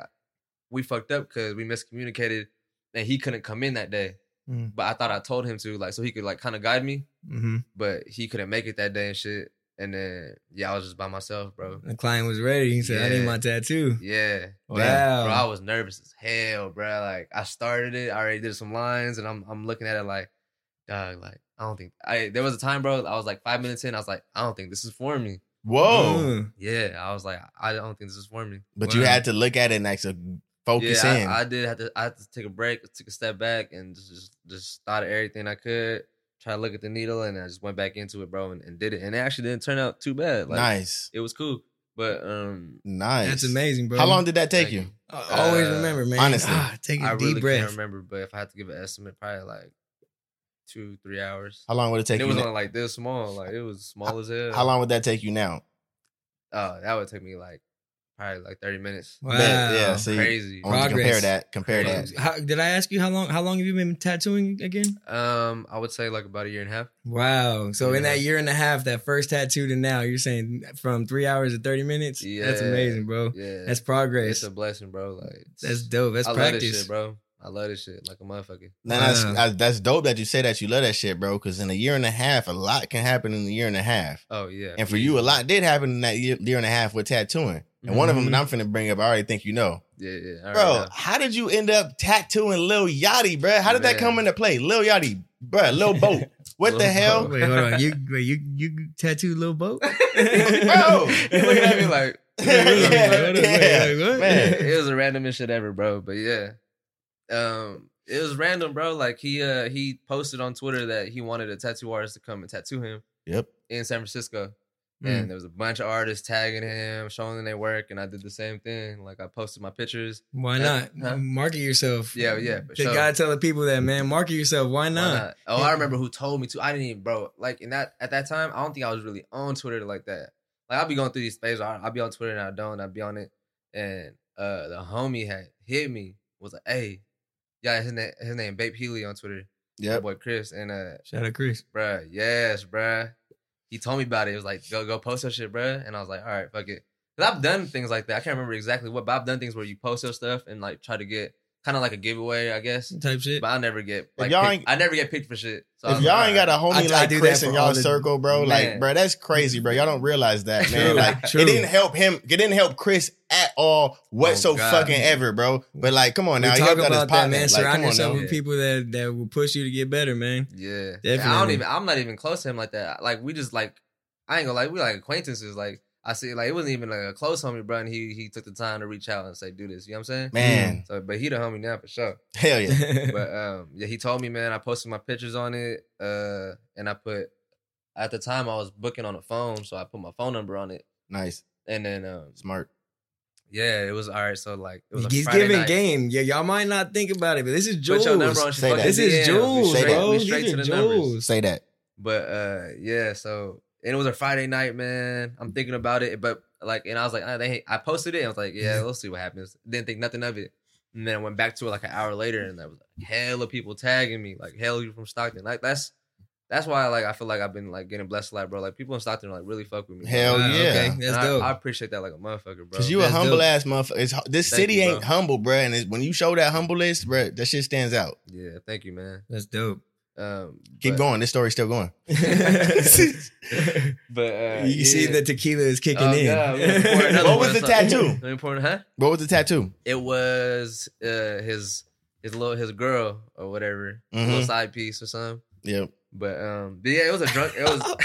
we fucked up because we miscommunicated, and he couldn't come in that day. Mm. But I thought I told him to like so he could like kind of guide me, Mhm. but he couldn't make it that day and shit. And then yeah, I was just by myself, bro. The client was ready. He said, I need Yeah. my tattoo. Yeah. Oh, Wow. Bro, I was nervous as hell, bro. Like I started it, I already did some lines, and I'm I'm looking at it like, dog, like I don't think I there was a time, bro, I was like five minutes in, I was like, I don't think this is for me. Oh. Whoa! Mm. Yeah. I was like, I don't think this is for me. But you Wow. had to look at it and actually focus yeah, in. I, I did have to I had to take a break, took a step back and just just, just thought of everything I could, try to look at the needle, and I just went back into it, bro, and, and did it. And it actually didn't turn out too bad. Like nice, it was cool. But um nice. That's amazing, bro. How long did that take Thank you? you. I always Uh, remember, man. honestly, Ah, take a I deep really can't breath. remember, but if I had to give an estimate, probably like two, three hours. How long would it take And it you? was na- only like this small, like it was small as hell. How long would that take you now? Uh, that would take me like probably like thirty minutes. Wow. Bet, yeah, so you- Crazy. I want to compare Progress. that. Compare that. Crazy. How, did I ask you how long? How long have you been tattooing again? Um, I would say like about a year and a half. Wow! So in Yeah. that year and a half, that first tattoo to now, you're saying from three hours to thirty minutes. that's Yeah. amazing, bro. Yeah, That's it's progress. a blessing, bro. Like that's dope. That's I love this practice. shit, bro. I love this shit like a motherfucker. Man, that's Wow. I- that's dope that you say that you love that shit, bro. Because in a year and a half, a lot can happen in a year and a half. Oh yeah, And for you, a lot did happen in that year, year and a half with tattooing. And one of them that I'm finna bring up, I already think you know, yeah, Mm-hmm. yeah. I already bro. know. How did you end up tattooing Lil Yachty, bro? How did that Man. come into play, Lil Yachty, bro? Lil Boat. [laughs] What the Lil hell? Boat. [laughs] [laughs] Wait, hold on. You wait, you you tattooed little boat? Bro, you looking at me like yeah, yeah. Man. it was the randomest shit ever, bro. But yeah, um, it was random, bro. Like he uh he posted on Twitter that he wanted a tattoo artist to come and tattoo him Yep. in San Francisco, Mm. and there was a bunch of artists tagging him, showing their work, and I did the same thing. Like I posted my pictures. Why Huh? not? Market yourself. Yeah, yeah, for Just sure. gotta tell the people that, man. Market yourself. Why Why not? not? Oh, Yeah. I remember who told me to. I didn't even, bro. Like in that at that time, I don't think I was really on Twitter like that. Like I'll be going through these phases. I- I'll be on Twitter and I don't. I'll be on it, and uh the homie had hit me was like, "Hey, yeah, his name his name Babe Healy on Twitter, my Yep. boy Chris." And uh, Shout out, Chris. bruh, yes, bruh. He told me about it. It was like, go, go post your shit, bruh. And I was like, all right, fuck it. Cause I've done things like that. I can't remember exactly what, but I've done things where you post your stuff and like try to get kind of like a giveaway, I guess. Type shit. But I never get like y'all picked- ain't- I never get picked for shit. So I If was y'all like, ain't got a "Alright." I- homie I like do that Chris for in all y'all the- circle, bro, like, Man. bro, that's crazy, bro. Y'all don't realize that, man. True, like, true. it didn't help him. It didn't help Chris at all, Oh, whatso God. fucking ever, bro. But like, come on we now, he talk helped out his about that, partner. man. Like, Surround come on yourself now. with people that that will push you to get better, man. Yeah. Definitely. I don't even I'm not even close to him like that. Like we just like I ain't gonna like we like acquaintances. Like I see like it wasn't even like a close homie, bro. And he he took the time to reach out and say, do this. You know what I'm saying? [laughs] Man, So but he the homie now for sure. [laughs] hell yeah. but um, yeah, he told me, man. I posted my pictures on it, uh, and I put at the time I was booking on a phone, so I put my phone number on it, Nice. and then um, Smart. yeah, it was all right. So like, it was a He's Friday giving night. game. Yeah, y'all might not think about it, but this is Put Jules. your number on your Say fucking that. This is DM. We Jules, straight- bro. we These straight to are the numbers. Jules. Say that. But uh yeah, so and it was a Friday night, man. I'm thinking about it, but like, and I was like, ah, they, I posted it. And I was like, Mm-hmm. yeah, let's see what happens. Didn't think nothing of it. And then I went back to it like an hour later, and there was like hella people tagging me, like hell, you from Stockton. Like that's that's why like I feel like I've been like getting blessed a lot, bro. Like people in Stockton like really fuck with me. Hell Wow, Like, yeah. okay. and That's I, dope. I appreciate that like a motherfucker, bro. Cause you a That's humble dope. ass motherfucker. It's, this Thank city you, ain't bro. humble, bruh. And it's, when you show that humbleness, bruh, that shit stands out. yeah, thank you, man. [laughs] That's [laughs] dope. Um, Keep but- going. This story's still going. [laughs] But uh, you see yeah. the tequila is kicking Oh, in. God, we gotta [laughs] [laughs] pour another What was one, the so- tattoo? Let me pour it, huh? What was the tattoo? it was uh his his little his girl or whatever Mhm. Mm-hmm. little side piece or something Yep. but um but yeah it was a drunk [laughs] it was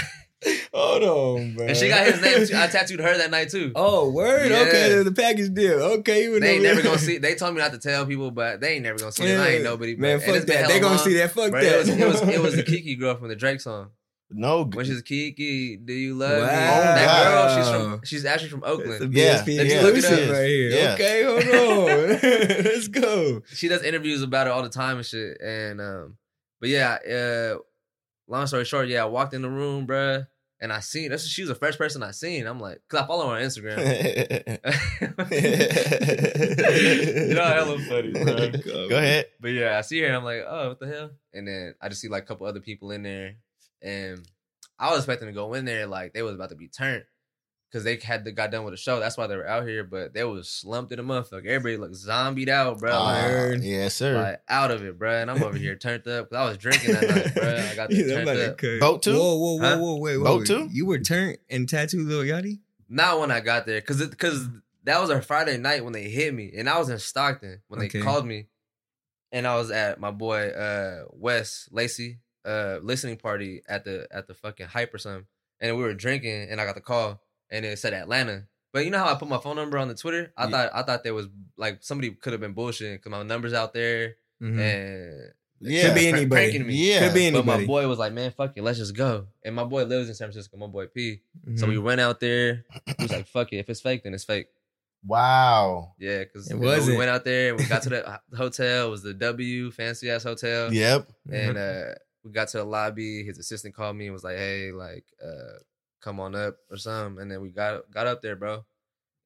Hold on, bro. and she got his name [laughs] too. i tattooed her that night too Oh, word. Okay, Yeah. the package deal. Okay, you would they ain't know- never gonna see they told me not to tell people but they ain't never gonna see it i ain't Yeah. nobody Man, but- and fuck it's been that. hella They gonna long. see that. Fuck Bro, that. it was it was it was [laughs] the Kiki girl from the Drake song, No. when she's Kiki, [laughs] do you love Wow. me? That girl, she's Wow. from she's actually from It's a Oakland. Yeah. BSP Let me look it exclusive up. right here. Yeah. Okay, hold on. [laughs] Let's go. she does interviews about it all the time and shit. And um, but yeah, uh, long story short, yeah, I walked in the room, bruh, and I seen that's she was the first person I seen. I'm like, cause I follow her [laughs] on Instagram. [laughs] you know, hella funny, bro. [laughs] Go ahead. But yeah, I see her and I'm like, oh, what the hell? And then I just see like a couple other people in there, and I was expecting to go in there like they was about to be turned. Cause they had the, got done with the show, that's why they were out here. But they was slumped in the motherfucker. Everybody looked zombied out, bro. Ah, Like, yes, sir. like out of it, bruh. And I'm over here turned up because I was drinking that night, [laughs] bruh. I got the Yeah, I'm turned about to up. cut. Boat two? Whoa, whoa, whoa, Huh? whoa, wait, wait. Boat wait. two? You were turned and tattooed Lil Yachty? Not when I got there, cause it, cause that was a Friday night when they hit me, and I was in Stockton when Okay. they called me, and I was at my boy uh Wes Lacey uh listening party at the at the fucking hype or something, and we were drinking, and I got the call, and it said Atlanta. But you know how I put my phone number on the Twitter? I Yeah. thought I thought there was like somebody could have been bullshitting because my number's out there Mhm. and Yeah. Could be prank- anybody. pranking me. Yeah. Could be But my anybody. boy was like, man, fuck it, let's just go. And my boy lives in San Francisco, my boy P. Mhm. So we went out there. He [clears throat] was like, fuck it, if it's fake, then it's fake. Wow. Yeah, because It we wasn't. went out there and we got [laughs] to the h- hotel. It was the W, fancy ass hotel. Yep. Mm-hmm. And uh, we got to the lobby. His assistant called me and was like, hey, like, uh, come on up or something. And then we got got up there, bro.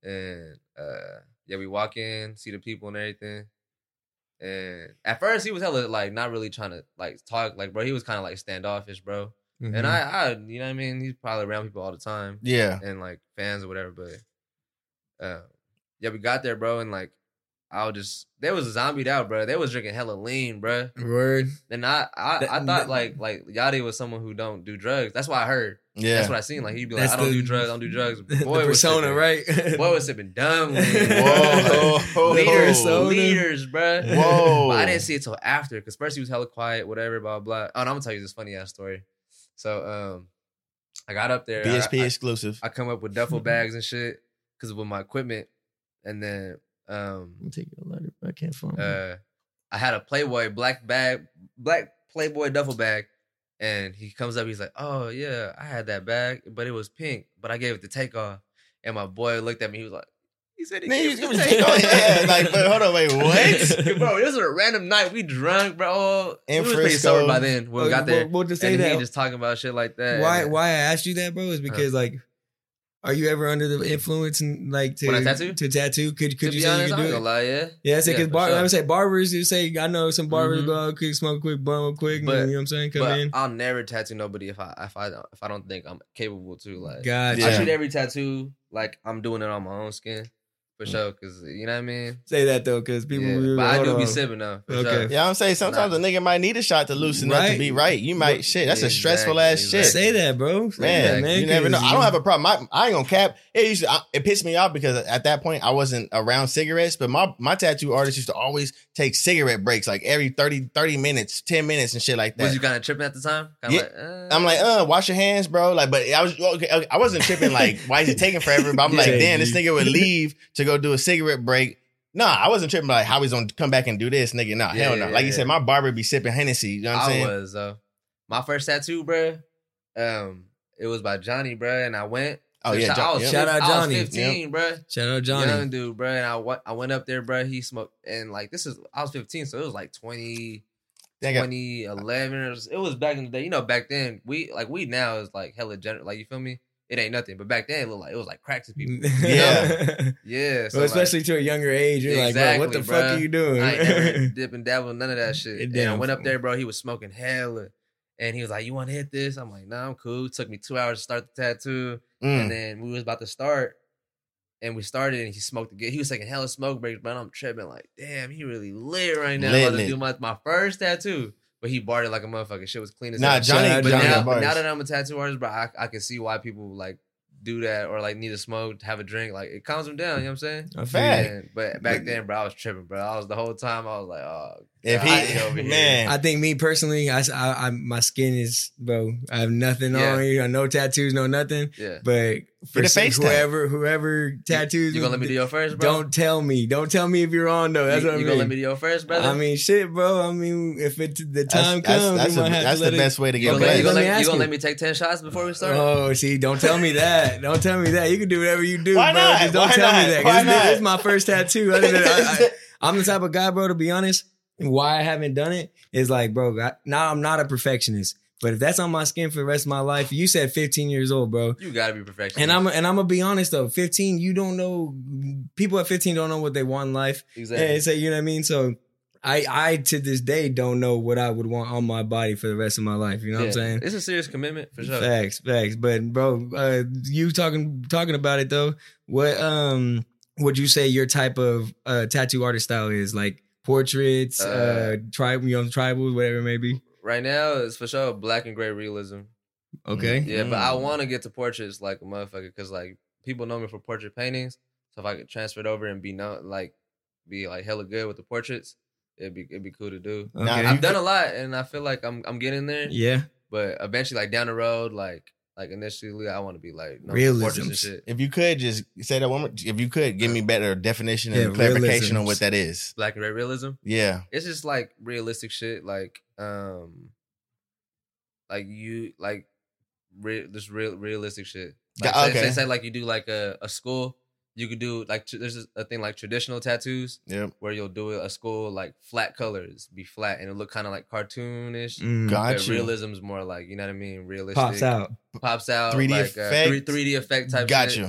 And uh, yeah, we walk in, see the people and everything. And at first he was hella like not really trying to like talk. Like, bro, he was kind of like standoffish, bro. Mhm. And I, I, you know what I mean? He's probably around people all the time Yeah. and like fans or whatever, but uh, yeah, we got there, bro, and like I was just they was zombied out, bro. They was drinking hella lean, bro. Word. And I, I, That- I thought that- like like Yachty was someone who don't do drugs. That's what I heard. Yeah. That's what I seen. Like he'd be like, That's I don't the- do drugs, I don't do drugs. [laughs] The was persona, sipping- right? [laughs] Boy was sipping dumb. Whoa. Whoa. Leaders, Persona. leaders, bro. Whoa. [laughs] But I didn't see it till after, because first he was hella quiet, whatever, blah blah. Oh, and I'm gonna tell you this funny ass story. So, um, I got up there. I- BSP I- exclusive. I come up with duffel bags and shit. because with my equipment, and then um, I'll take your lighter, but I can't find it. uh, I had a Playboy black bag, black Playboy duffel bag, and he comes up. He's like, "Oh yeah, I had that bag, but it was pink. But I gave it to Takeoff." And my boy looked at me. He was like, "He said he Nigga, gave [laughs] you it give to me Takeoff? [laughs] Takeoff." Yeah, like, but hold on, [laughs] wait, what? bro, this was a random night. We drunk, bro. In we was pretty Frisco. sober by then. When Oh, we got there. We'll, we'll just say and that. he just uh, Uh-huh. talking about shit like that. why And why I asked you that, bro, is because like, are you ever under the influence and like to When I tattoo? to tattoo? Could To could you be say honest, you I'm could not do gonna it? lie, yeah. Yeah, I say because for bar- sure. I would say barbers. You say I know some barbers Mhm. go out quick, smoke quick, blunt real quick, But- and, you know what I'm saying? Come but in. I'll never tattoo nobody if I if I don't, if I don't think I'm capable to. Like, God, I Yeah. treat every tattoo like I'm doing it on my own skin Mm. for sure. Cause you know what I mean. say that though, because people. yeah. will- but I hold do be on. sipping though. For Okay. sure. Yeah, I'm saying sometimes a nigga might need a shot to loosen up Right. to be right. You might shit. That's a stressful ass Exactly, shit. Say that, bro. Say Man, that, you never know. 'cause I don't have a problem. I, I ain't gonna cap. It used to, I, it pissed me off because at that point I wasn't around cigarettes, but my my tattoo artist used to always take cigarette breaks, like every 30, 30 minutes, ten minutes, and shit like that. Was you kind of tripping at the time? Kinda Yeah. like, uh, I'm like, uh, wash your hands, bro. Like, but I was, okay, okay, I wasn't [laughs] tripping. Like, why is it taking forever? But I'm like, Yeah, damn, you- this [laughs] nigga would leave to go do a cigarette break. Nah, I wasn't tripping. Like, how he's gonna come back and do this, nigga? Nah, Yeah, hell no. yeah, like you yeah. said, my barber be sipping Hennessy. You know what I'm I saying? was though. My first tattoo, bruh. Um, it was by Johnny, bruh, and I went. Oh, to yeah, shop- Jo- I was, yep. Shout out I was Johnny. 15, bruh. Shout out Johnny. [laughs] Young dude, bruh. And I went, I went up there, bruh. He smoked, and like this is I was 15, so it was like 20, They got- 2011. It was, it was back in the day. You know, back then we like we now is like hella general. Like you feel me? It ain't nothing, but back then it looked like it was like crack to people. yeah. Yeah, so Mm. well, like, especially to a younger age, you're like, bro, what the Exactly, fuck bruh. are you doing? I [laughs] ain't never dip and dabble in none of that shit. Mm, It And I damn went up fool. there, bro. He was smoking hella, and he was like, "You want to hit this?" I'm like, "Nah, I'm cool." took me two hours to start the tattoo, Mm. and then we was about to start, and we started, and he smoked again. He was taking hella smoke breaks, but I'm tripping like, "Damn, he really lit right now." I'm about Lit, to do my my first tattoo, but he barred it like a motherfucker. Shit was clean as Nah, hell. Johnny, Shout out But Johnny now, bars. now that I'm a tattoo artist, bro, I, I can see why people like do that or like need to smoke, have a drink. Like it calms them down. You know what I'm saying? I feel Fact. you. And- but back then, bro, I was tripping, bro. I was the whole time I was like, oh, if God, I ain't he, over here. man, I think me personally, I, s- I- I- my skin is, bro. I have nothing Yeah. on here, no tattoos, no nothing. yeah. But for the some- face tat. whoever, whoever tattoos, You gonna let me do your first, bro? Don't tell me. Don't tell me if you're on though. That's you, what you I gonna mean. let me do your first, brother? I mean, shit, bro. I mean, if it the that's, time that's- comes, that's you the- might have that's to the let it- best way to you get gonna, Okay, let, you let blessed. gonna, me let, you ask gonna you. let me take ten shots before we start? Oh, see, don't tell me that. Don't tell me that. You can do whatever you do, Why bro. not? Just don't Why tell not? me that. 'Cause Why this- not? This is my first tattoo. Other than [laughs] I, I, am the type of guy, bro. To be honest, why I haven't done it is like, bro. I, now I'm not a perfectionist, but if that's on my skin for the rest of my life, you said 15 years old, bro. You gotta be perfectionist. And I'm and I'm gonna be honest though, 15, you don't know. People at 15 don't know what they want in life. exactly. And so you know what I mean. So I I to this day don't know what I would want on my body for the rest of my life. You know what Yeah. I'm saying? It's a serious commitment for sure. Facts, facts. But bro, uh, you talking talking about it though. What um would you say your type of uh, tattoo artist style is like? Portraits, uh, Uh, tri you know, tribal, whatever it may be. Right now, it's for sure black and gray realism. Okay, Yeah, but Mm. I want to get to portraits like a motherfucker because like people know me for portrait paintings. So if I could transfer it over and be known, like be like hella good with the portraits, it'd be it'd be cool to do. okay. Mm, Nah, I've done a lot, and I feel like I'm I'm getting there. yeah. But eventually, like down the road, like like initially, I want to be like known for Realisms. portraits and shit. If you could just say that one more, if you could give me better definition and Yeah, clarification on realisms. what that is. Black and red realism. Yeah. It's just like realistic shit, like um, like you like re- this real realistic shit. Like, Yeah, say- say, okay. say like you do like a a school. You could do like tr- there's a thing like traditional tattoos Yep. where you'll do a school like flat colors, be flat, and it look kind of like cartoonish. Mm. Got But you. realism's more like you know what I mean, realistic. Pops out. pops out, 3D like, effect. uh, three, 3D effect type. Got shit. you.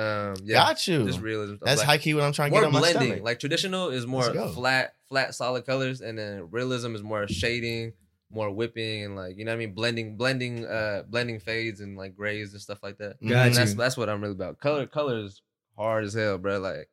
Um, yeah, Got you. Just realism. That's Like- high key what I'm trying to more get on my blending. stomach. Like traditional is more Let's go. flat, flat, solid colors, and then realism is more shading, more whipping, and like you know what I mean, blending, blending, uh, blending fades and like grays and stuff like that. Mhm. Got And that's you. that's what I'm really about. Color, color is hard as hell, bro. Like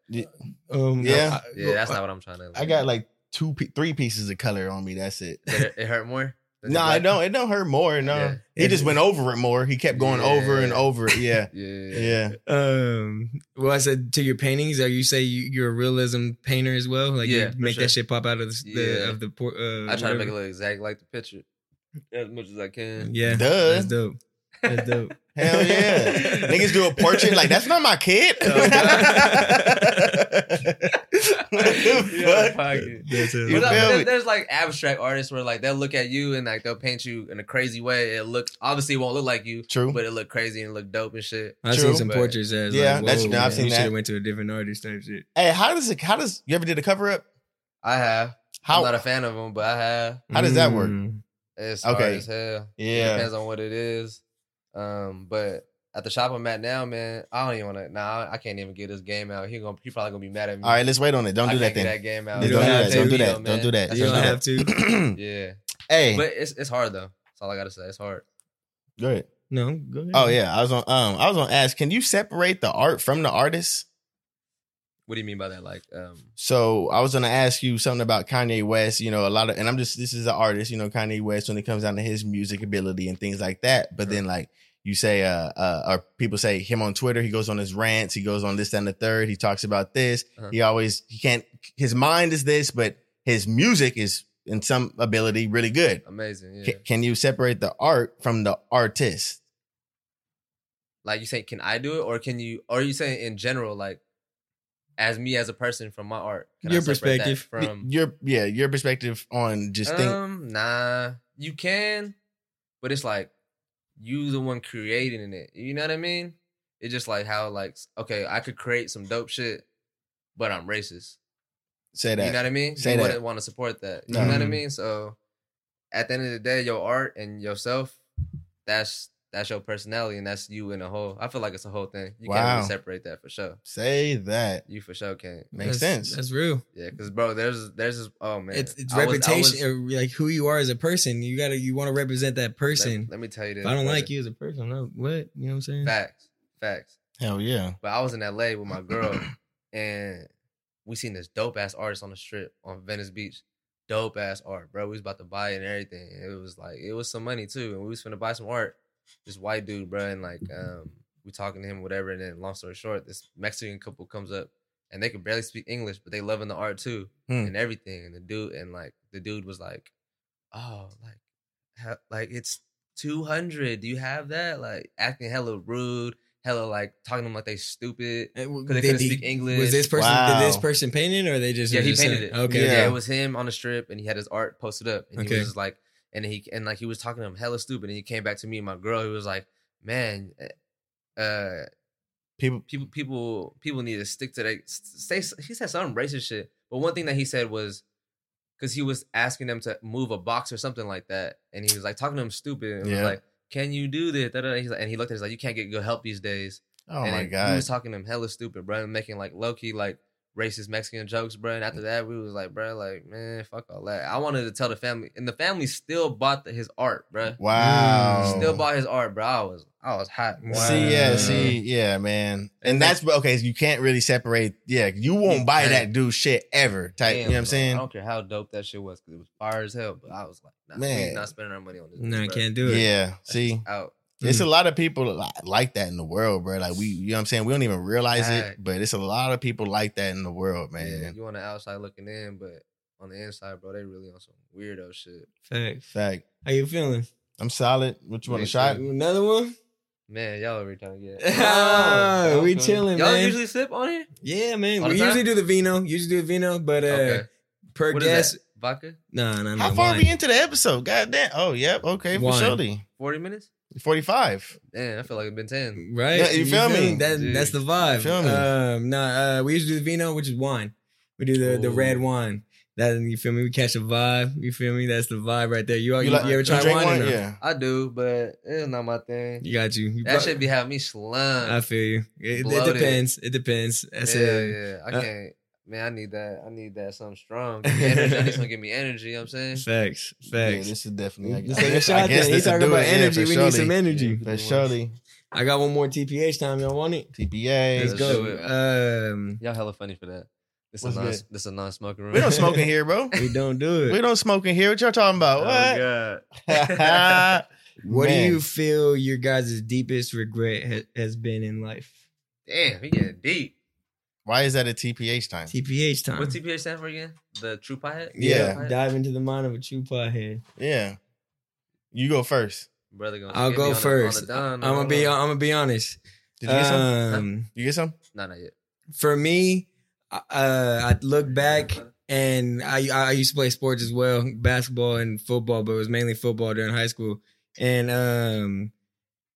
Um, Yeah. I- yeah, that's not what I'm trying to. Uh, I got like two, pe- three pieces of color on me. That's it. [laughs] Did it, it hurt more. Does it No, it black? don't. It don't hurt more. No, Yeah. he just went over it more. He kept going over and Yeah. over. It. Yeah, [laughs] Yeah, yeah. Um, well, I said to your paintings, are you say you, you're a realism painter as well? Like, Yeah, you for make sure. that shit pop out of the, the Yeah. of the por- uh, I try to whatever. make [laughs] it look exact like the picture as much as I can. Yeah, Duh. that's dope. That's [laughs] dope. Hell yeah. [laughs] Niggas do a portrait like that's not my kid. Oh, [laughs] [laughs] You're out of [laughs] what pocket. That's it. But, uh, feel there- me? there's like abstract artists where like they'll look at you and like they'll paint you in a crazy way. It look obviously it won't look like you, True. but it look crazy and look dope and shit. I've True, seen some but- portraits as Yeah, like, that's- whoa, no, I've man, seen you that. should have went to a different artist type shit. Hey, how does it how does you ever did a cover up? I have. I'm not How a fan of them, but I have. how does that work? Mm. It's hard Okay. as hell. Yeah. depends on what it is. Um, but at the shop I'm at now, man, I don't even want to. Nah, I can't even get this game out. He gonna he probably gonna be mad at me. All right, let's wait on it. Don't I do that can't get then. game out. Don't You do don't that. have Don't to. do Video, that. Don't man. do that. You don't have [coughs] to. [clears throat] to. Yeah, Hey, but it's it's hard though. That's all I gotta say. It's hard. go ahead. No, go ahead. Oh yeah, I was on. Um, I was on. Ask, can you separate the art from the artist? What do you mean by that? Like, um, So I was gonna ask you something about Kanye West. You know, a lot of, and I'm just this is an artist. You know, Kanye West when it comes down to his music ability and things like that. But then like you say, uh, uh, or people say him on Twitter, he goes on his rants, he goes on this that, and the third, he talks about this. Uh-huh. He always he can't. His mind is this, but his music is in some ability really good. amazing. Yeah. C- can you separate the art from the artist? like you say, can I do it, or can you? Or are you saying in general, like, as me as a person from my art, can I Your separate that perspective. from your yeah your perspective on just think um, nah, you can, but it's like you the one creating it. You know what I mean? It's just like how like s- okay, I could create some dope shit, but I'm racist. say that You know what I mean? Say you that. wouldn't want to support that. You No. know what I Mm-hmm. mean? So at the end of the day, your art and yourself, that's that's your personality and that's you in a whole. I feel like it's a whole thing. You can't Wow. really separate that for sure. say that You for sure can't. makes That's- sense That's real. Yeah, because bro, there's there's this, oh man, It's, it's I was- I reputation, was- let- or, like who you are as a person. You gotta, you want to represent that person. Let, me tell you this. if I don't brother. like you as a person, I'm not what you know. what I'm saying. Facts, facts. hell yeah But I was in LA with my girl, and we seen this dope ass artist on the strip on Venice Beach. Dope ass art, bro. We was about to buy it and everything. It was like it was some money too, and we was finna buy some art. This white dude, bro, and like um, we talking to him, whatever. And then long story short, this Mexican couple comes up, and they could barely speak English, but they loving the art too Hmm. and everything. And the dude and like the dude was like, oh, like, ha- like it's two hundred. Do you have that? Like acting hella rude, hella like talking to them like they stupid. Eh, And w- 'Cause they couldn't speak English. Was this person Wow. did this person painting or they just Yeah, he just painted said- it. Okay, yeah. Yeah. it was him on the strip, and he had his art posted up, and he Okay. was just like, and he and like he was talking to him hella stupid, and he came back to me and my girl, who was like, man, uh, people people people people need to stick to that. Stay. He said some racist shit, but one thing that he said was because he was asking them to move a box or something like that, and he was like talking to him stupid, and Yeah. was like, "Can you do this?" Da, da, da. He's like, and he looked at us like, "You can't get good help these days." oh and my then he god was talking to him hella stupid, bro, and making like low key like racist Mexican jokes, bro. And Mm. after that, we was like, bro, like man, fuck all that. I wanted to tell the family, and the family still bought the, his art, bro. wow Mm, Still bought his art, bro. I was I was hot. bro. see yeah see yeah man and that's okay you can't really separate yeah you won't You buy can't. that dude shit ever type you know what Damn, i'm bro. I saying don't care how dope that shit was because it was fire as hell. But I was like, nah, Man. we not spending our money on this. no, I bro. can't do it. yeah see Out. it's a Mm. lot of people li- like that in the world bro like we you know what i'm saying we don't even realize it Fact. but it's a lot of people like that in the world Yeah, man you on the outside looking in, but on the inside, bro, they really on some weirdo shit. Facts. fact How you feeling? i'm solid what you want to Makes shot sense. Another one? Man, y'all every time get. [laughs] Ah, we chilling, Y'all man. usually sip on here? Yeah, man. All we the time? usually do the vino. Usually do the vino, but uh, Okay. per What is guest, that? Vodka? no, no, no. How far are wine. we into the episode? God damn. Oh, yep. Okay, for One. surely. 40 minutes? 45. Damn, I feel like it's been 10. Right? Yeah, you feel me? That, Dude. that's the vibe. You feel me? Um, no, uh, we usually do the vino, which is wine. We do the, the Ooh. red wine. That you feel me? We catch a vibe. You feel me? That's the vibe right there. You all Oh, you, like- you ever try drink wine? or no? Yeah. I do, but it's not my thing. You got you. You That brought- should be having me slung. I feel you. It, it Bloated. depends. It depends. That's yeah, it. yeah. I Uh, can't. Man, I need that. I need that [laughs] something strong. Give me energy. I need something to give me energy. You know what I'm saying? Facts. Yeah, Facts. this is definitely. I Let's guess- take a shot then. He's this'll talking do about it, yeah, energy. for we need some surely. energy. For surely. I got one more TPH time. Y'all want it? TPA. Let's let's do it. go. Um, Y'all hella funny for that. This What's is non, good? this a non-smoking room. We don't [laughs] smoke in here, bro. we don't do we it. don't smoke in here. What y'all talking about? What? Oh, God. What Man. do you feel your guys' deepest regret ha- has been in life? Damn, he getting deep. Why is that a TPH time? TPH time. What's TPH stand for again? The True Pothead? Yeah. Dive into the mind of a true pothead. yeah. You go first. Brother gonna I'll get me go on the- on first. the dime. I'm gonna be. I'm gonna be honest. Did you get some? Um, You get some? No, not yet. for me, uh, I look back and I I used to play sports as well, basketball and football, but it was mainly football during high school. And um,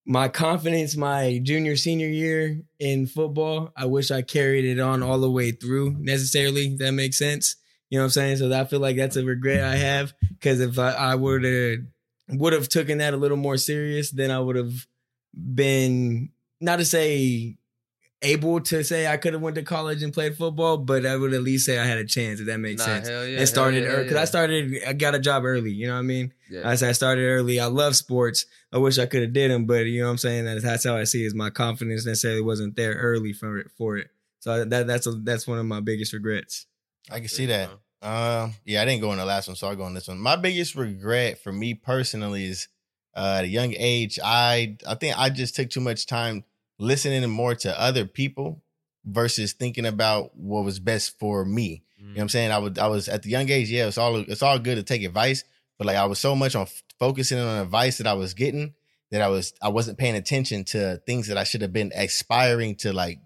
my confidence, my junior senior year in football, I wish I carried it on all the way through. Necessarily, if that makes sense. You know what I'm saying? So I feel like that's a regret I have because if I, I were to would have taken that a little more serious, then I would have been not to say able to say I could have went to college and played football, but I would at least say I had a chance if that makes Nah, sense. hell yeah, hell it started early yeah, hell because yeah. I started. I got a job early. You know what I mean? Yeah. I said I started early. I love sports. I wish I could have did them, but you know what I'm saying. That's, that's how I see. It, is my confidence necessarily wasn't there early for it for it. So that that's a, that's one of my biggest regrets. I can see that. Um, yeah, I didn't go on the last one, so I'll go on this one. My biggest regret for me personally is uh at a young age, I I think I just took too much time listening more to other people versus thinking about what was best for me. You know what I'm saying? I would I was at the young age, yeah, it's all it's all good to take advice, but like I was so much on f- focusing on advice that I was getting that I was I wasn't paying attention to things that I should have been aspiring to like,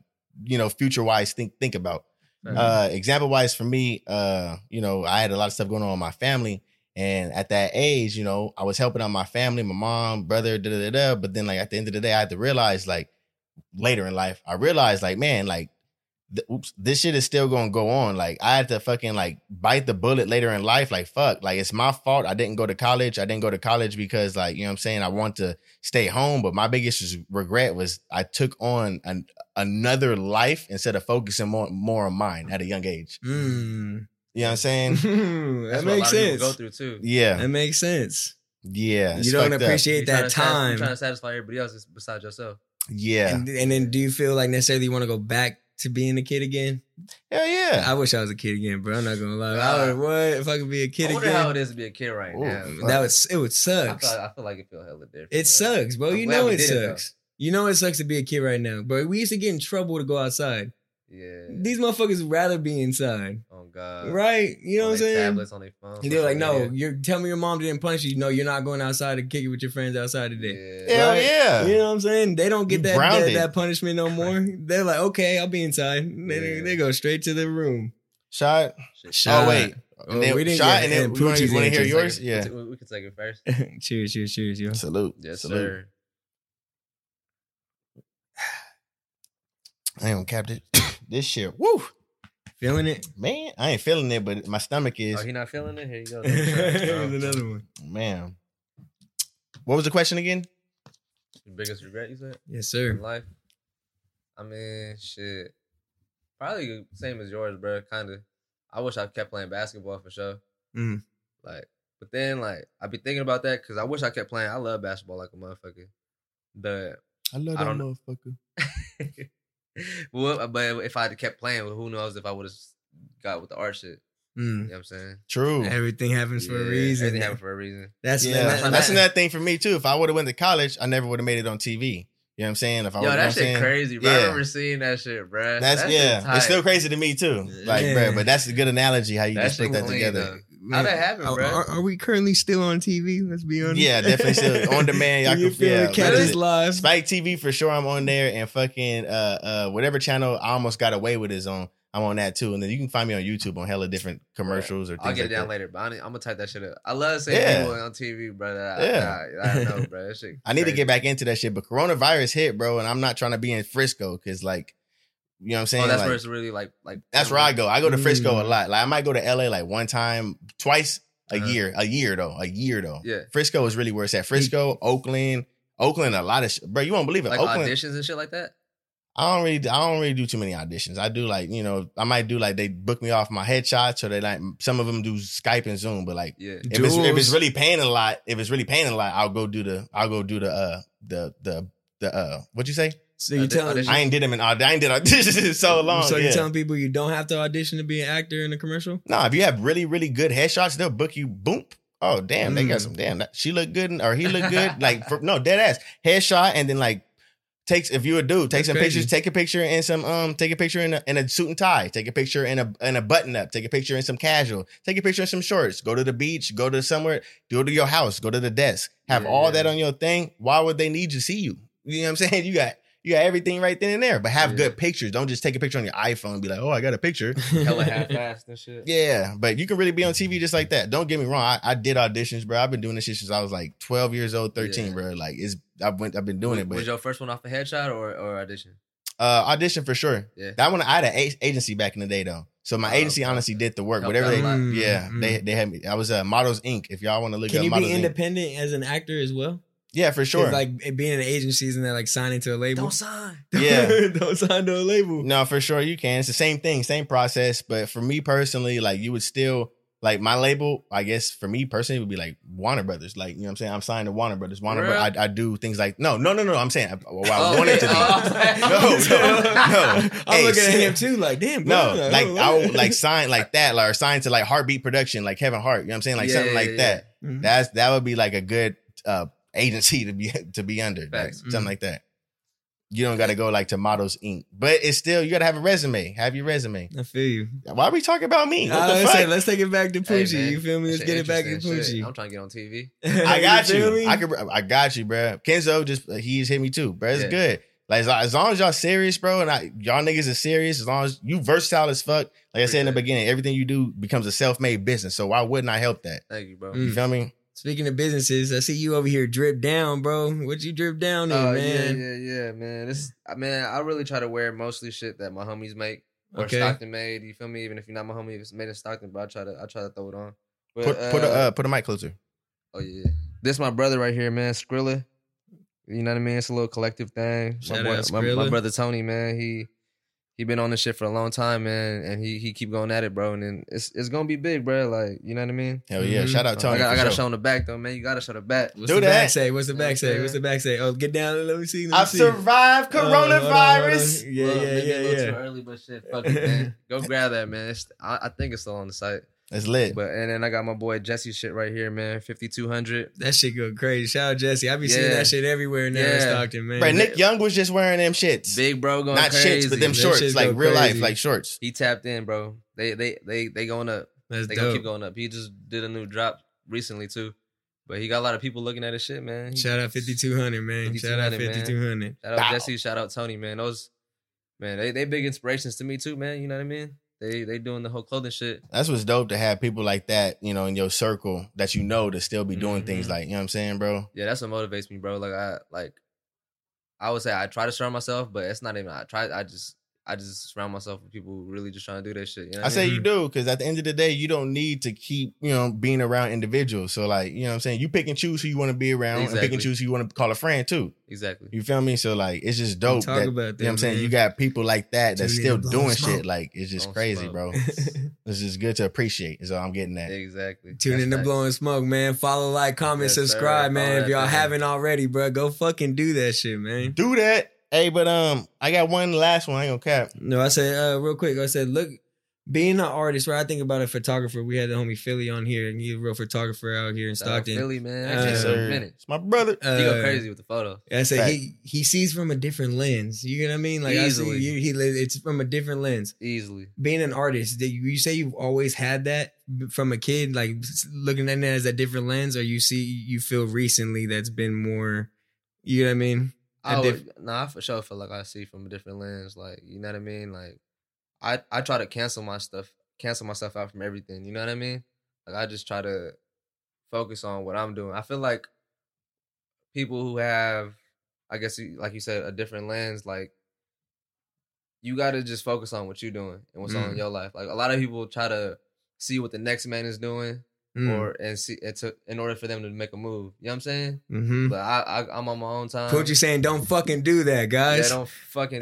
you know, future wise think think about. Uh, example wise for me, uh, you know, I had a lot of stuff going on in my family. And at that age, you know, I was helping out my family, my mom, brother, da da da da. But then like at the end of the day, I had to realize like later in life, I realized like, man, like th- oops, this shit is still gonna go on. Like I had to fucking like bite the bullet later in life. Like fuck, like it's my fault. I didn't go to college. I didn't go to college because like you know what I'm saying. I want to stay home, but my biggest regret was I took on an, another life instead of focusing more more on mine at a young age. Mm. You know what I'm [laughs] saying? that That's what a makes lot of people sense. Go through too. Yeah, That makes sense. yeah. it's you don't fucked up. appreciate You tryna that satis- time. You trying to satisfy everybody else besides yourself. Yeah, And, and then do you feel like necessarily you want to go back to being a kid again? hell yeah. I wish I was a kid again, bro. I'm not gonna lie. I would, what if I could be a kid I wonder again? how it is to be a kid right Ooh, now. fuck. that would it would I, suck. thought, I feel like it feel hella different. It bro. sucks, bro. I'm you glad know we it did it, though. sucks. you know it sucks to be a kid right now, bro. We used to get in trouble to go outside. Yeah. These motherfuckers would rather be inside, Oh God. right? You know on what I'm their saying? Tablets on their phone. And They're like, no, Yeah. you're tell me your mom didn't punch you. No, you're not going outside to kick it with your friends outside today. Yeah. Hell Right? yeah. You know what I'm saying? They don't You get that, that grounded. that punishment no [laughs] more. They're like, okay, I'll be inside. They, Yeah. they go straight to their room. [laughs] Shot. Shot. Oh wait. Oh, And then we didn't shot get- and then and we want Poochie's to in hear just yours. We Yeah. t- We can take it first. cheers, cheers, cheers, yo. Salute. Yes, Salute. sir. I ain't gonna cap this. [coughs] this shit. Woo. Feeling it? Man, I ain't feeling it, but my stomach is. Oh, he not feeling it. [laughs] Here you go. There's Take a shot, another one. Man. What was the question again? bro. Biggest regret you said Yes, in sir. life? I mean, shit. Probably the same as yours, bro. Kind of. I wish I kept playing basketball for sure. Mm. Like, but then like I be thinking about that because I wish I kept playing. I love basketball like a motherfucker. But [laughs] I love I don't know. motherfucker. well, but if I had kept playing, who knows if I would have got with the art shit. Mm. You know what I'm saying? True. Everything happens for a Yeah, reason. Everything happened for a reason. That's yeah. that- that- That's that- another thing for me too. If I would have went to college, I never would have made it on TV. You know what I'm saying? If I Yo, would've- that you know what I'm shit saying? crazy, bro. I Yeah. remember seeing that shit, bro. That's, yeah. It's still crazy to me too. Like, Yeah. bruh, but that's a good analogy how you That just shit put that clean, together. How that happen, are, bro? Are, are we currently still on TV? Let's be honest. Yeah, definitely still [laughs] on demand. Y'all you can- feel yeah, me? Catch legit. us live. Spike TV for sure. I'm on there and fucking uh uh whatever channel I almost got away with is on. I'm on that too. And then you can find me on YouTube on hella different commercials or things. I'll get like it down that. later, but I need, I'm gonna type that shit up. I love seeing Yeah. people on TV, bro. That I, Yeah. that I, [laughs] that I know, bro. That shit I need to crazy. get back into that shit, but coronavirus hit, bro, and I'm not trying to be in Frisco because, like, you know what I'm saying? Oh, that's Like, where it's really like, like that's where I go. I go to Frisco Mm. a lot. Like, I might go to LA like one time, twice a Uh-huh. year, a year though, a year though. Yeah. Frisco is really where it's at. Frisco, Oakland, Oakland, a lot of shit, bro. You won't believe it. Like Oakland, auditions and shit like that. I don't really, I don't really do too many auditions. I do like, you know, I might do like they book me off my headshots, or they like some of them do Skype and Zoom, but like Yeah. if it's, if it's Duels. really paying a lot, if it's really paying a lot, I'll go do the, I'll go do the, uh, the, the, the, uh, what'd you say? So you Audi- telling audition. I ain't did them in, aud- I ain't did auditions in so long. so yeah. you telling people you don't have to audition to be an actor in a commercial? nah, if you have really, really good headshots, they'll book you. Boom. Oh damn, they got Mm. some damn. That, she look good, and- or he look good. like for, no dead ass headshot, and then like takes if you're a dude, take That's some crazy. pictures. Take a picture in some um, take a picture in a, in a suit and tie. Take a picture in a in a button up. Take a picture in some casual. Take a picture in some shorts. Go to the beach. Go to somewhere. Go to your house. Go to the desk. Have Yeah, all yeah. that on your thing. Why would they need to see you? You know what I'm saying? [laughs] You got you got everything right then and there. But have Yeah. good pictures. Don't just take a picture on your iPhone and be like, oh, I got a picture. [laughs] [laughs] Hella half-assed and shit. Yeah, but you can really be on TV just like that. Don't get me wrong. I, I did auditions, bro. I've been doing this shit since I was like 12 years old, 13, Yeah. bro. Like it's I've went I've been doing Was, it, but was your first one off a headshot or, or audition? uh audition for sure. Yeah. That one I had an a- agency back in the day though. So my Oh, agency okay. honestly did the work. Helped Whatever out they a lot. Yeah, Mm, they they had me. I was uh, Models Inc. If y'all want to look Can up you Models be Inc. independent as an actor as well? Yeah, for sure. It's like it being in an agency isn't that like signing to a label? Don't sign. Yeah. [laughs] don't sign to a label. [laughs] No, for sure you can. It's the same thing, same process. But for me personally, like you would still like my label. I guess for me personally it would be like Warner Brothers. Like you know, what I'm saying I'm signed to Warner Brothers. Warner, Bro- I, Really? I do things like no, no, no, no. I'm saying I, well, I Oh, wanted to okay. [laughs] be. No, no, no. [laughs] I'm Hey, looking at shit. him too, like damn. No, bro, [laughs] like what? I would like sign like that, like or sign to like Heartbeat Production, like Kevin Hart. You know what I'm saying? Like Yeah, something yeah, like yeah. that. Mhm. That's that would be like a good uh agency to be [laughs] to be under. like, Facts. Mm. something like that. You don't gotta go like to models inc. But it's still you gotta have a resume. Have your resume. I feel you. Why are we talking about [laughs] me? What I the was fuck? saying, let's take it back to Hey, Poochie. man, you feel me? that Let's shit get it back to interesting shit. Poochie. I'm trying to get on TV. [laughs] I got feel you. me? I can. I got you, bro. Kenzo just he's hit me too, bro. It's Yeah. good. Like as, as long as y'all serious, bro, and I, y'all niggas is serious. As long as you versatile as fuck. Like I said in the Appreciate it. beginning, everything you do becomes a self made business. So why wouldn't I help that? Thank you, bro. Mm. You feel me? Speaking of businesses, I see you over here drip down, bro. What you drip down in, Oh man? yeah, yeah, yeah, man. This I man, I really try to wear mostly shit that my homies make or Okay. Stockton made. You feel me? Even if you're not my homie, if it's made in Stockton, but I try to I try to throw it on. But, Put put a uh, put a mic closer. oh yeah, this my brother right here, man, Skrilla. You know what I mean? It's a little collective thing. Shout my, out my, my Skrilla. brother Tony, man, he he been on this shit for a long time, man, and he he keep going at it, bro. And then it's it's gonna be big, bro. Like you know what I mean? Uh, Hell yeah! Mhm. Shout out Tony. I got, I for got to sure. show him the back though, man. You got to show the back. What's Do the that. back say? What's the You know what back I'm say? What's the saying? back say? Oh, get down. Let me see. Let me I've see. survived Oh, hold on, hold on, hold on. coronavirus. Yeah, Well, maybe yeah, a yeah, little yeah. Too early, but shit, fuck [laughs] it, man. Go grab that, man. It's, I, I think it's still on the site. That's lit. But and then I got my boy Jesse shit right here, man. Fifty two hundred. That shit go crazy. Shout out Jesse. I be seeing Yeah. that shit everywhere now in Yeah. Stockton, man. Bro, Nick Young was just wearing them shits. Big bro going Not crazy. shits, but them Them shorts, shits like go real life, crazy. like shorts. He tapped in, bro. They they they they going up. That's They dope. gonna keep going up. He just did a new drop recently too. But he got a lot of people looking at his shit, man. He- Shout out 5200, man. Shout out 5200, 5200. man. Shout out Bow. Jesse. Shout out Tony, man. Those man, they they big inspirations to me too, man. You know what I mean? They they doing the whole clothing shit. That's what's dope to have people like that, you know, in your circle that you know to still be doing things Mm-hmm. Mhm. like, you know what I'm saying, bro? yeah, that's what motivates me, bro. Like I like I would say I try to surround myself, but it's not even I try I just I just surround myself with people who really just trying to do that shit. You know what I say mean? Mm-hmm. you do because at the end of the day, you don't need to keep you know being around individuals. So like you know what I'm saying, you pick and choose who you want to be around, and pick Exactly. and choose who you want to call a friend too. exactly. You feel me? So like it's just dope. talk about that- you know what I'm that, saying. man. You got people like that that's Dude, still it blows doing smoke. shit. Like it's just Don't crazy, smoke. [laughs] bro. It's just good to appreciate. Is all I'm getting at. Exactly. Tune That's in to facts. Blowing Smoke, man. Follow, like, comment, Yes, sir. subscribe, man. All If that, y'all man. haven't already, bro, go fucking do that shit, man. Do that. Hey, but um, I got one last one. I ain't gonna cap. No, I said uh, real quick. I said, look, being an artist, right? I think about a photographer. We had the homie Philly on here, and he's a real photographer out here in Shout out Stockton. Philly, man. Uh, Actually, Yes, it's sir. a minute. It's my brother. Uh, He go crazy with the photos. I said Fact. he he sees from a different lens. You know what I mean? Like I Easily. see you, he li- it's from a different lens. Easily. Being an artist, did you, you say you've always had that b- from a kid, like s- looking at it as a different lens, or you see you feel recently that's been more. You know what I mean? I A would, Oh, nah, I for sure feel like I see from a different lens. Like, you know what I mean? Like, I I try to cancel my stuff, cancel myself out from everything. You know what I mean? Like, I just try to focus on what I'm doing. I feel like people who have, I guess, you- like you said, a different lens, like. You gotta just focus on what you're doing and what's on Mm. in your life. Like a lot of people try to see what the next man is doing, Mm. or and see and to, in order for them to make a move. You know what I'm saying? mm-hmm. But I, I I'm on my own time. Poochie saying, "Don't fucking do that, uh, Yeah, guys. don't fucking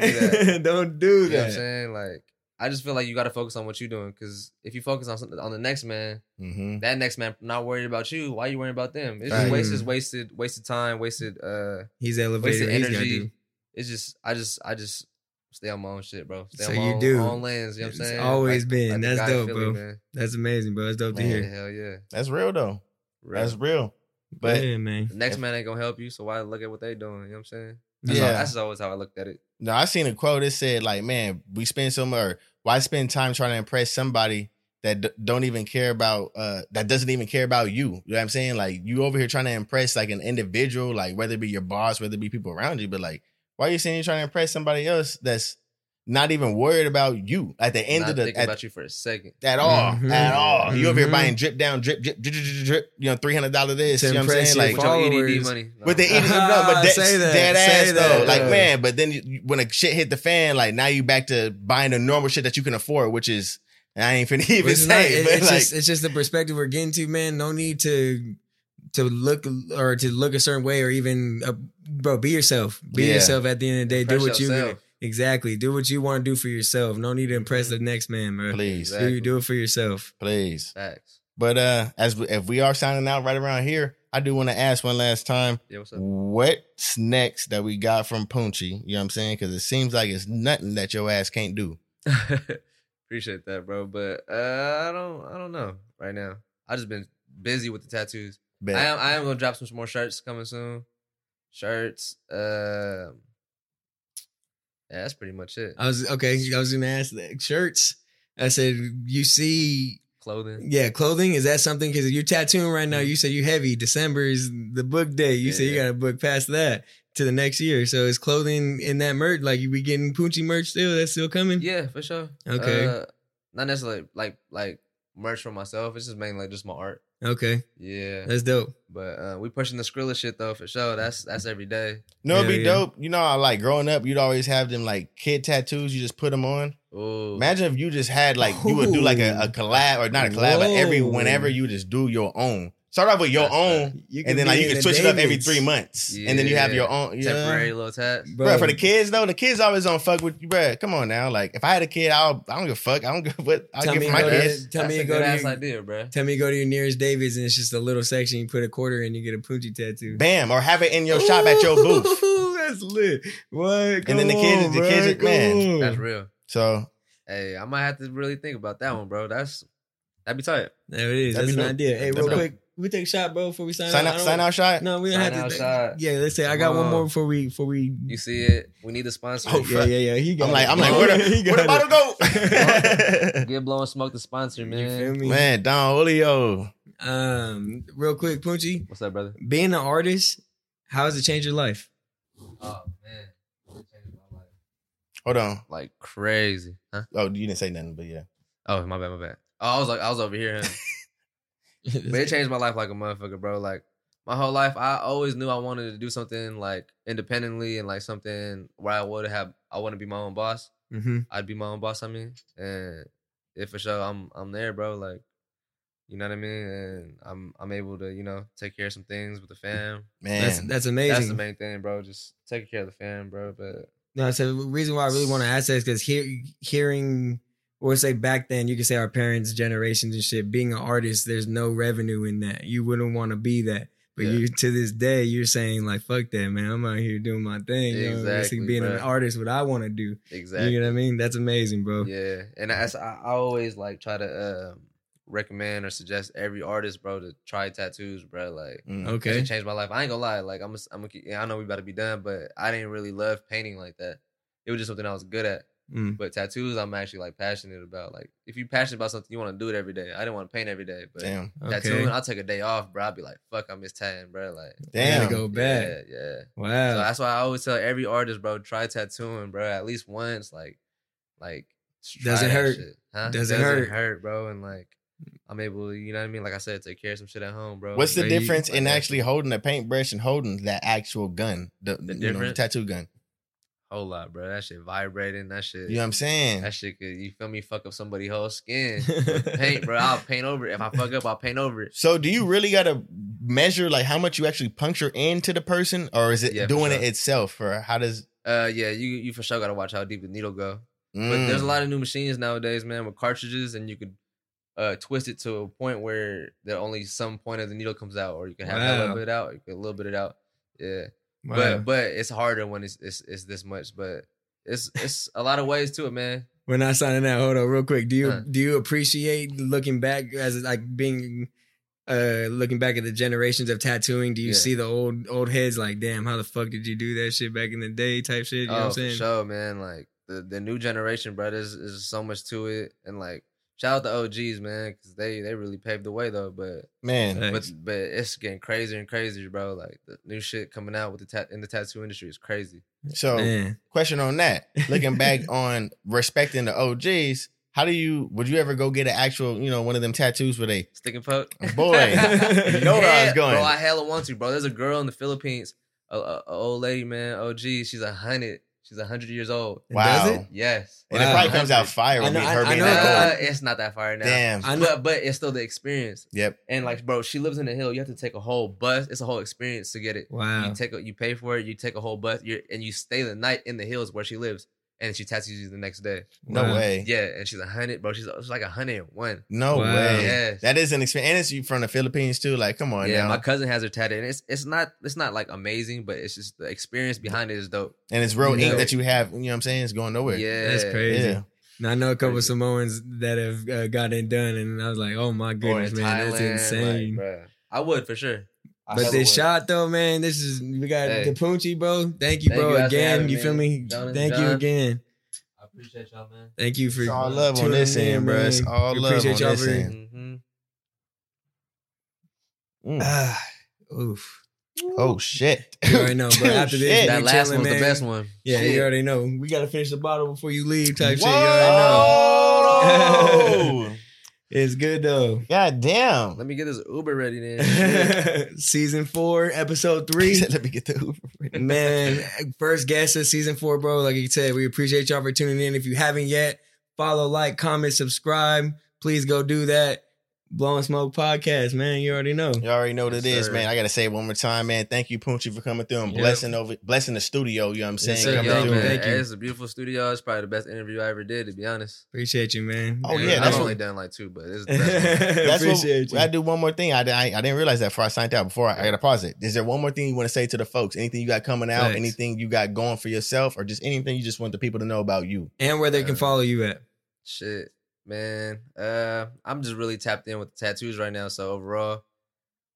[laughs] do that. Don't do you know what I'm that." saying? Like, I just feel like you got to focus on what you're doing because if you focus on something on the next man, Mm-hmm. that next man not worried about you. Why you worrying about them? It's Right. just wasted, wasted, wasted time, wasted. uh He's wasted elevated. Mm. He's gotta do. energy. It's just, I just, I just stay on my own shit, bro. Stay So on my you own, do. own lens. You know what I'm It's saying? always been. the That's guy in dope, bro. Man. That's amazing, bro. That's dope Man, to Yeah, hear. hell yeah. That's real though. Real. That's real. But yeah, man. The next man ain't gonna help you, so why look at what they doing? You know what I'm saying? That's, Yeah. all, that's always how I looked at it. No, I seen a quote that said like, "Man, we spend so much. Or why spend time trying to impress somebody that d- don't even care about uh that doesn't even care about you?" You know what I'm saying? Like you over here trying to impress like an individual, like whether it be your boss, whether it be people around you, but like, why are you saying you're trying to impress somebody else that's not even worried about you at the end Not of the thinking at, about you for a second. at all Mhm. at all you over here Mhm. buying drip down drip drip drip drip, drip, drip you know three hundred dollar this To you know what I'm impress saying your like With your EDD followers. money. No. with [laughs] the eating, no, Ah, [laughs] but that's say that, dead say ass that, though. Like uh. man, but then you, you- when a shit hit the fan, like now you back to buying the normal shit that you can afford, which is I ain't finna [laughs] even It's not- say, it- but it's like just it's just the perspective we're getting to, man. No need to to look or to look a certain way or even uh, bro, be yourself. Be Yeah. yourself at the end of the day. do Impress what you yourself. exactly. Do what you want to do for yourself. No need to impress Mm-hmm. the next man, bro. please, Do you Exactly. do it for yourself? please. Facts. But uh, as we, if we are signing out right around here, I do want to ask one last time, Yeah, what's up? what's next that we got from Punchy? You know what I'm saying? Because it seems like it's nothing that your ass can't do. Mm. [laughs] Appreciate that, bro. But uh, I don't, I don't know right now. I just been busy with the tattoos. But I am, I am gonna drop some more shirts coming soon. Shirts. Um, yeah, that's pretty much it. Uh, I was okay. I was gonna ask that shirts. I said, you see, mm. Clothing. yeah, clothing is that something? Because you're tattooing right Mm-hmm. now. You say you heavy. December is the book day. You say you Yeah. got to book past that to the next year. So is clothing in that merch? Like you be getting Poochie merch still? That's still coming. Yeah, for sure. Okay. Uh, not necessarily like like merch for myself. It's just mainly like just my art. Okay, Yeah. that's dope. But uh, we pushing the Skrilla shit though for sure. That's that's every day. no, it'd Yeah, be yeah. dope. You know, I like growing up, you'd always have them like kid tattoos. You just put them on. Ooh. Imagine if you just had like you would do like a, a collab or not a collab, but every Whoa. whenever you just do your own. Start off with your That's own, You and then like be you in can the switch it up every Davids. three months, and then you have Yeah. your own. Yeah. Temporary little tats. Bro, Bro, for the kids though, the kids always on fuck with you, bro. Come on now, like if I had a kid, I'll I don't give a fuck. I don't give what I'll Tell give me my about it. kids. Tell That's me a to go good to ass your- idea, bro. Tell me you go to your nearest Davies and it's just a little section. You put a quarter in, you get a Poochie tattoo. Bam, or have it in your shop at your [laughs] booth. Ooh, That's lit. What? Come then the kids- on, the bro. kids are- Come man, on. That's real. So Hey, I might have to really think about that one, bro. That's that'd be tight. There it is. That'd That's be an dope. idea. Hey, That'd be real dope. quick, we take a shot, bro, before we sign, sign out. out, I don't- sign out shot. No, we don't have Sign to. out shot. Yeah, let's say I got Come one on. more before we before we. You see it? We need the sponsor. Oh, yeah, yeah, yeah. He got. I'm like, it. I'm like, where [laughs] He the, got where the it. bottle go? [laughs] Get blowing smoke the sponsor, You feel [laughs] man. me? Man, Don Julio. Um, real quick, Punchy, What's up, brother? being an artist, how has it changed your [laughs] life? Oh man, It changed my life Hold on. like crazy, huh? Oh, you didn't say nothing, but yeah. Oh my bad, my bad. Oh, I was like, I was [laughs] over here. but it changed my life like a motherfucker, bro. Like my whole life, I always knew I wanted to do something like independently and like something where I would have, I want to be my own boss. Mm-hmm. I'd be my own boss. I mean, and if for sure, I'm I'm there, bro. Like, you know what I mean. And I'm I'm able to, you know, take care of some things with the fam. Man. That's that's amazing. That's the main thing, bro. Just taking care of the fam, bro. But No, so the reason why I really want to ask that is because hearing, or say back then, you could say our parents' generations and shit, being an artist, there's no revenue in that. You wouldn't want to be that. But Yeah. you to this day, you're saying like, "Fuck that, man! I'm out here doing my thing. You know, this Exactly, being an bruh. artist, what I want to do. exactly. You know what I mean? That's amazing, bro. Yeah, and as I, I always like try to um, recommend or suggest every artist, bro, to try tattoos, bro. Like, Mm. it Okay, changed my life. I ain't gonna lie. Like, I'm, a- I'm, a, yeah, I know we about to be done, but I didn't really love painting like that. It was just something I was good at. Mm. But tattoos, I'm actually like passionate about. Like, if you're passionate about something, you want to do it every day. I didn't want to paint every day, but Damn. tattooing, okay. I'll take a day off, bro. I'll be like, fuck, I miss tatting, bro. Like, Gotta Damn. go back. yeah, yeah. So Wow. that's why I always tell every artist, bro, try tattooing, bro, at least once. Like, like just try Doesn't that hurt. shit, huh? Doesn't hurt. bro. And like, I'm able to, you know what I mean? Like I said, take care of some shit at home, bro. What's the Like, difference in like that. actually holding a paintbrush [laughs] and holding that actual gun, the, you know, the difference? tattoo gun? whole lot, bro? That shit vibrating. That shit. You know what I'm saying? That shit could, you feel me? Fuck up somebody's [laughs] whole skin. paint, bro. [laughs] I'll paint over it. If I fuck up, I'll paint over it. So do you really gotta measure like how much you actually puncture into the person, or is it Yeah, for doing sure. it itself, or how does? Uh, yeah, you you for sure gotta watch how deep the needle go. But Mm. there's a lot of new machines nowadays, man, with cartridges, and you could uh, twist it to a point where there only some point of the needle comes out, or you can have that Wow. little bit out, you can a little bit it out. Yeah, Wow. but but it's harder when it's, it's it's this much, but it's it's a lot of ways to it, man. We're not signing out. Hold on, real quick. Do you Huh. do you appreciate looking back as like being uh looking back at the generations of tattooing, do you Yeah. see the old old heads like, damn, how the fuck did you do that shit back in the day type shit? You know what oh, I'm for saying? sure, man. Like the, the new generation, bro, there's, there's so much to it. And like, shout out the OGs, man, because they, they really paved the way, though. But Man, but Thanks. but it's getting crazier and crazier, bro. Like the new shit coming out with the tat in the tattoo industry is crazy. so Man. question on that. Looking [laughs] back on respecting the OGs, how do you would you ever go get an actual, you know, one of them tattoos with a Stick and poke, [laughs] [laughs] Boy, you know where I was Yeah, going. Bro, I hella want to, bro. There's a girl in the Philippines, a, a, a old lady, man. OG, she's a hundred. She's a hundred years old. wow. does it? Yes, And it Wow. probably comes out 100. fire I with know- me, I- her I being know that it old. Uh, it's not that far now. Damn. I know But, but it's still the experience. Yep. And like, bro, she lives in the hill. You have to take a whole bus. It's a whole experience to get it. Wow. You take a, you pay for it. You take a whole bus. You're, and you stay the night in the hills where she lives. And she tattoos you the next day. No Wow. way. Yeah, and she's a hundred, bro. She's, she's like a hundred and one. No Wow. way. Yes. That is an experience. And it's you from the Philippines too. Like, come on yeah, now. my cousin has her tattooed. And it's it's not it's not like amazing, but it's just the experience behind it is dope. and it's real ink No. that you have, you know what I'm saying? It's going nowhere. Yeah, That's crazy. Yeah. Now, I know a couple Crazy. Samoans that have uh, got it done, and I was like, oh my Or goodness, in man, that's Thailand, insane. Like, bruh, I would for sure. I but hella this would. shot though, man, this is we got Hey. the Punchi, bro. Thank you, Thank bro, you guys for again. having You me, feel me? Don and Thank you John. again. I appreciate y'all, man. Thank you for It's all love on tuning this end, bro. It's man. all We love appreciate on y'all this for- end. Mm-hmm. Ah, [sighs] oof. Oh shit. You already know, [laughs] bro. After this, Shit. we That last chilling, one was man. the best one. Yeah, Shit. you already know. We gotta finish the bottle before you leave, type shit. You Oh. already know. Whoa! It's good though. [laughs] [laughs] God damn. Let me get this Uber ready then. season four, episode He three. said, [laughs] Let me get the Uber. Man, first guest of season four, bro. Like you said, we appreciate y'all for tuning in. If you haven't yet, follow, like, comment, subscribe. Please go do that. Blowing Smoke Podcast, man. You already know. You already know what it Yes, is, sir. man. I gotta say it one more time, man. Thank you, Punchy, for coming through and Yep. blessing over blessing the studio. You know what I'm saying? sir. Coming Yo, Yo, through. man, Thank you. It's a beautiful studio. It's probably the best interview I ever did, to be honest. Appreciate you, man. Oh, And yeah, that's I've what- only done like two, but it's the best [laughs] one. [laughs] That's That's appreciate what I do. One more thing, I, I I didn't realize that before I signed out. Before I, I gotta pause it. Is there one more thing you want to say to the folks? Anything you got coming out? Thanks. Anything you got going for yourself, or just anything you just want the people to know about you? you. And where they can follow you at. Shit, man. Uh, I'm just really tapped in with the tattoos right now. So overall,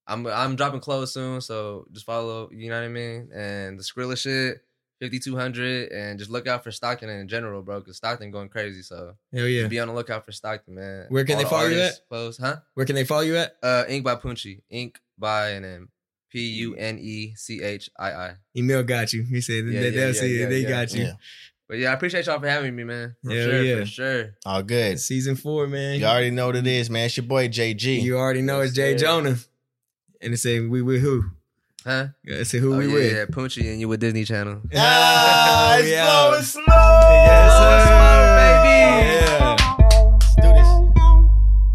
I'm I'm dropping clothes soon. So just follow. You know what I mean? And the Skrilla shit, 5200, and just look out for Stockton in general, bro. Cause Stockton going crazy. So Hell yeah. be on the lookout for Stockton, man. Where can All they the follow you artists, Clothes, huh? Where can they follow you at? Uh, Ink by Punchi. Ink by and then P U N E C H I I. Emil got you. He said Yeah, they, yeah, will yeah, see yeah, it. They yeah. got you. Yeah. But yeah, I appreciate y'all for having me, man. For Hell sure, yeah. for sure. All good. Season four, man. You already know what it is, man. It's your boy JG. You already know it's Jay Yes, sir. Jonah. And it say we with who? Huh? It say who Oh, we yeah, with. yeah, Punchi and you with Disney Channel. [laughs] ah, Oh, it's yeah. blowing smoke. Yes, Blowing sir. smoke, baby. Yeah. Let's do this.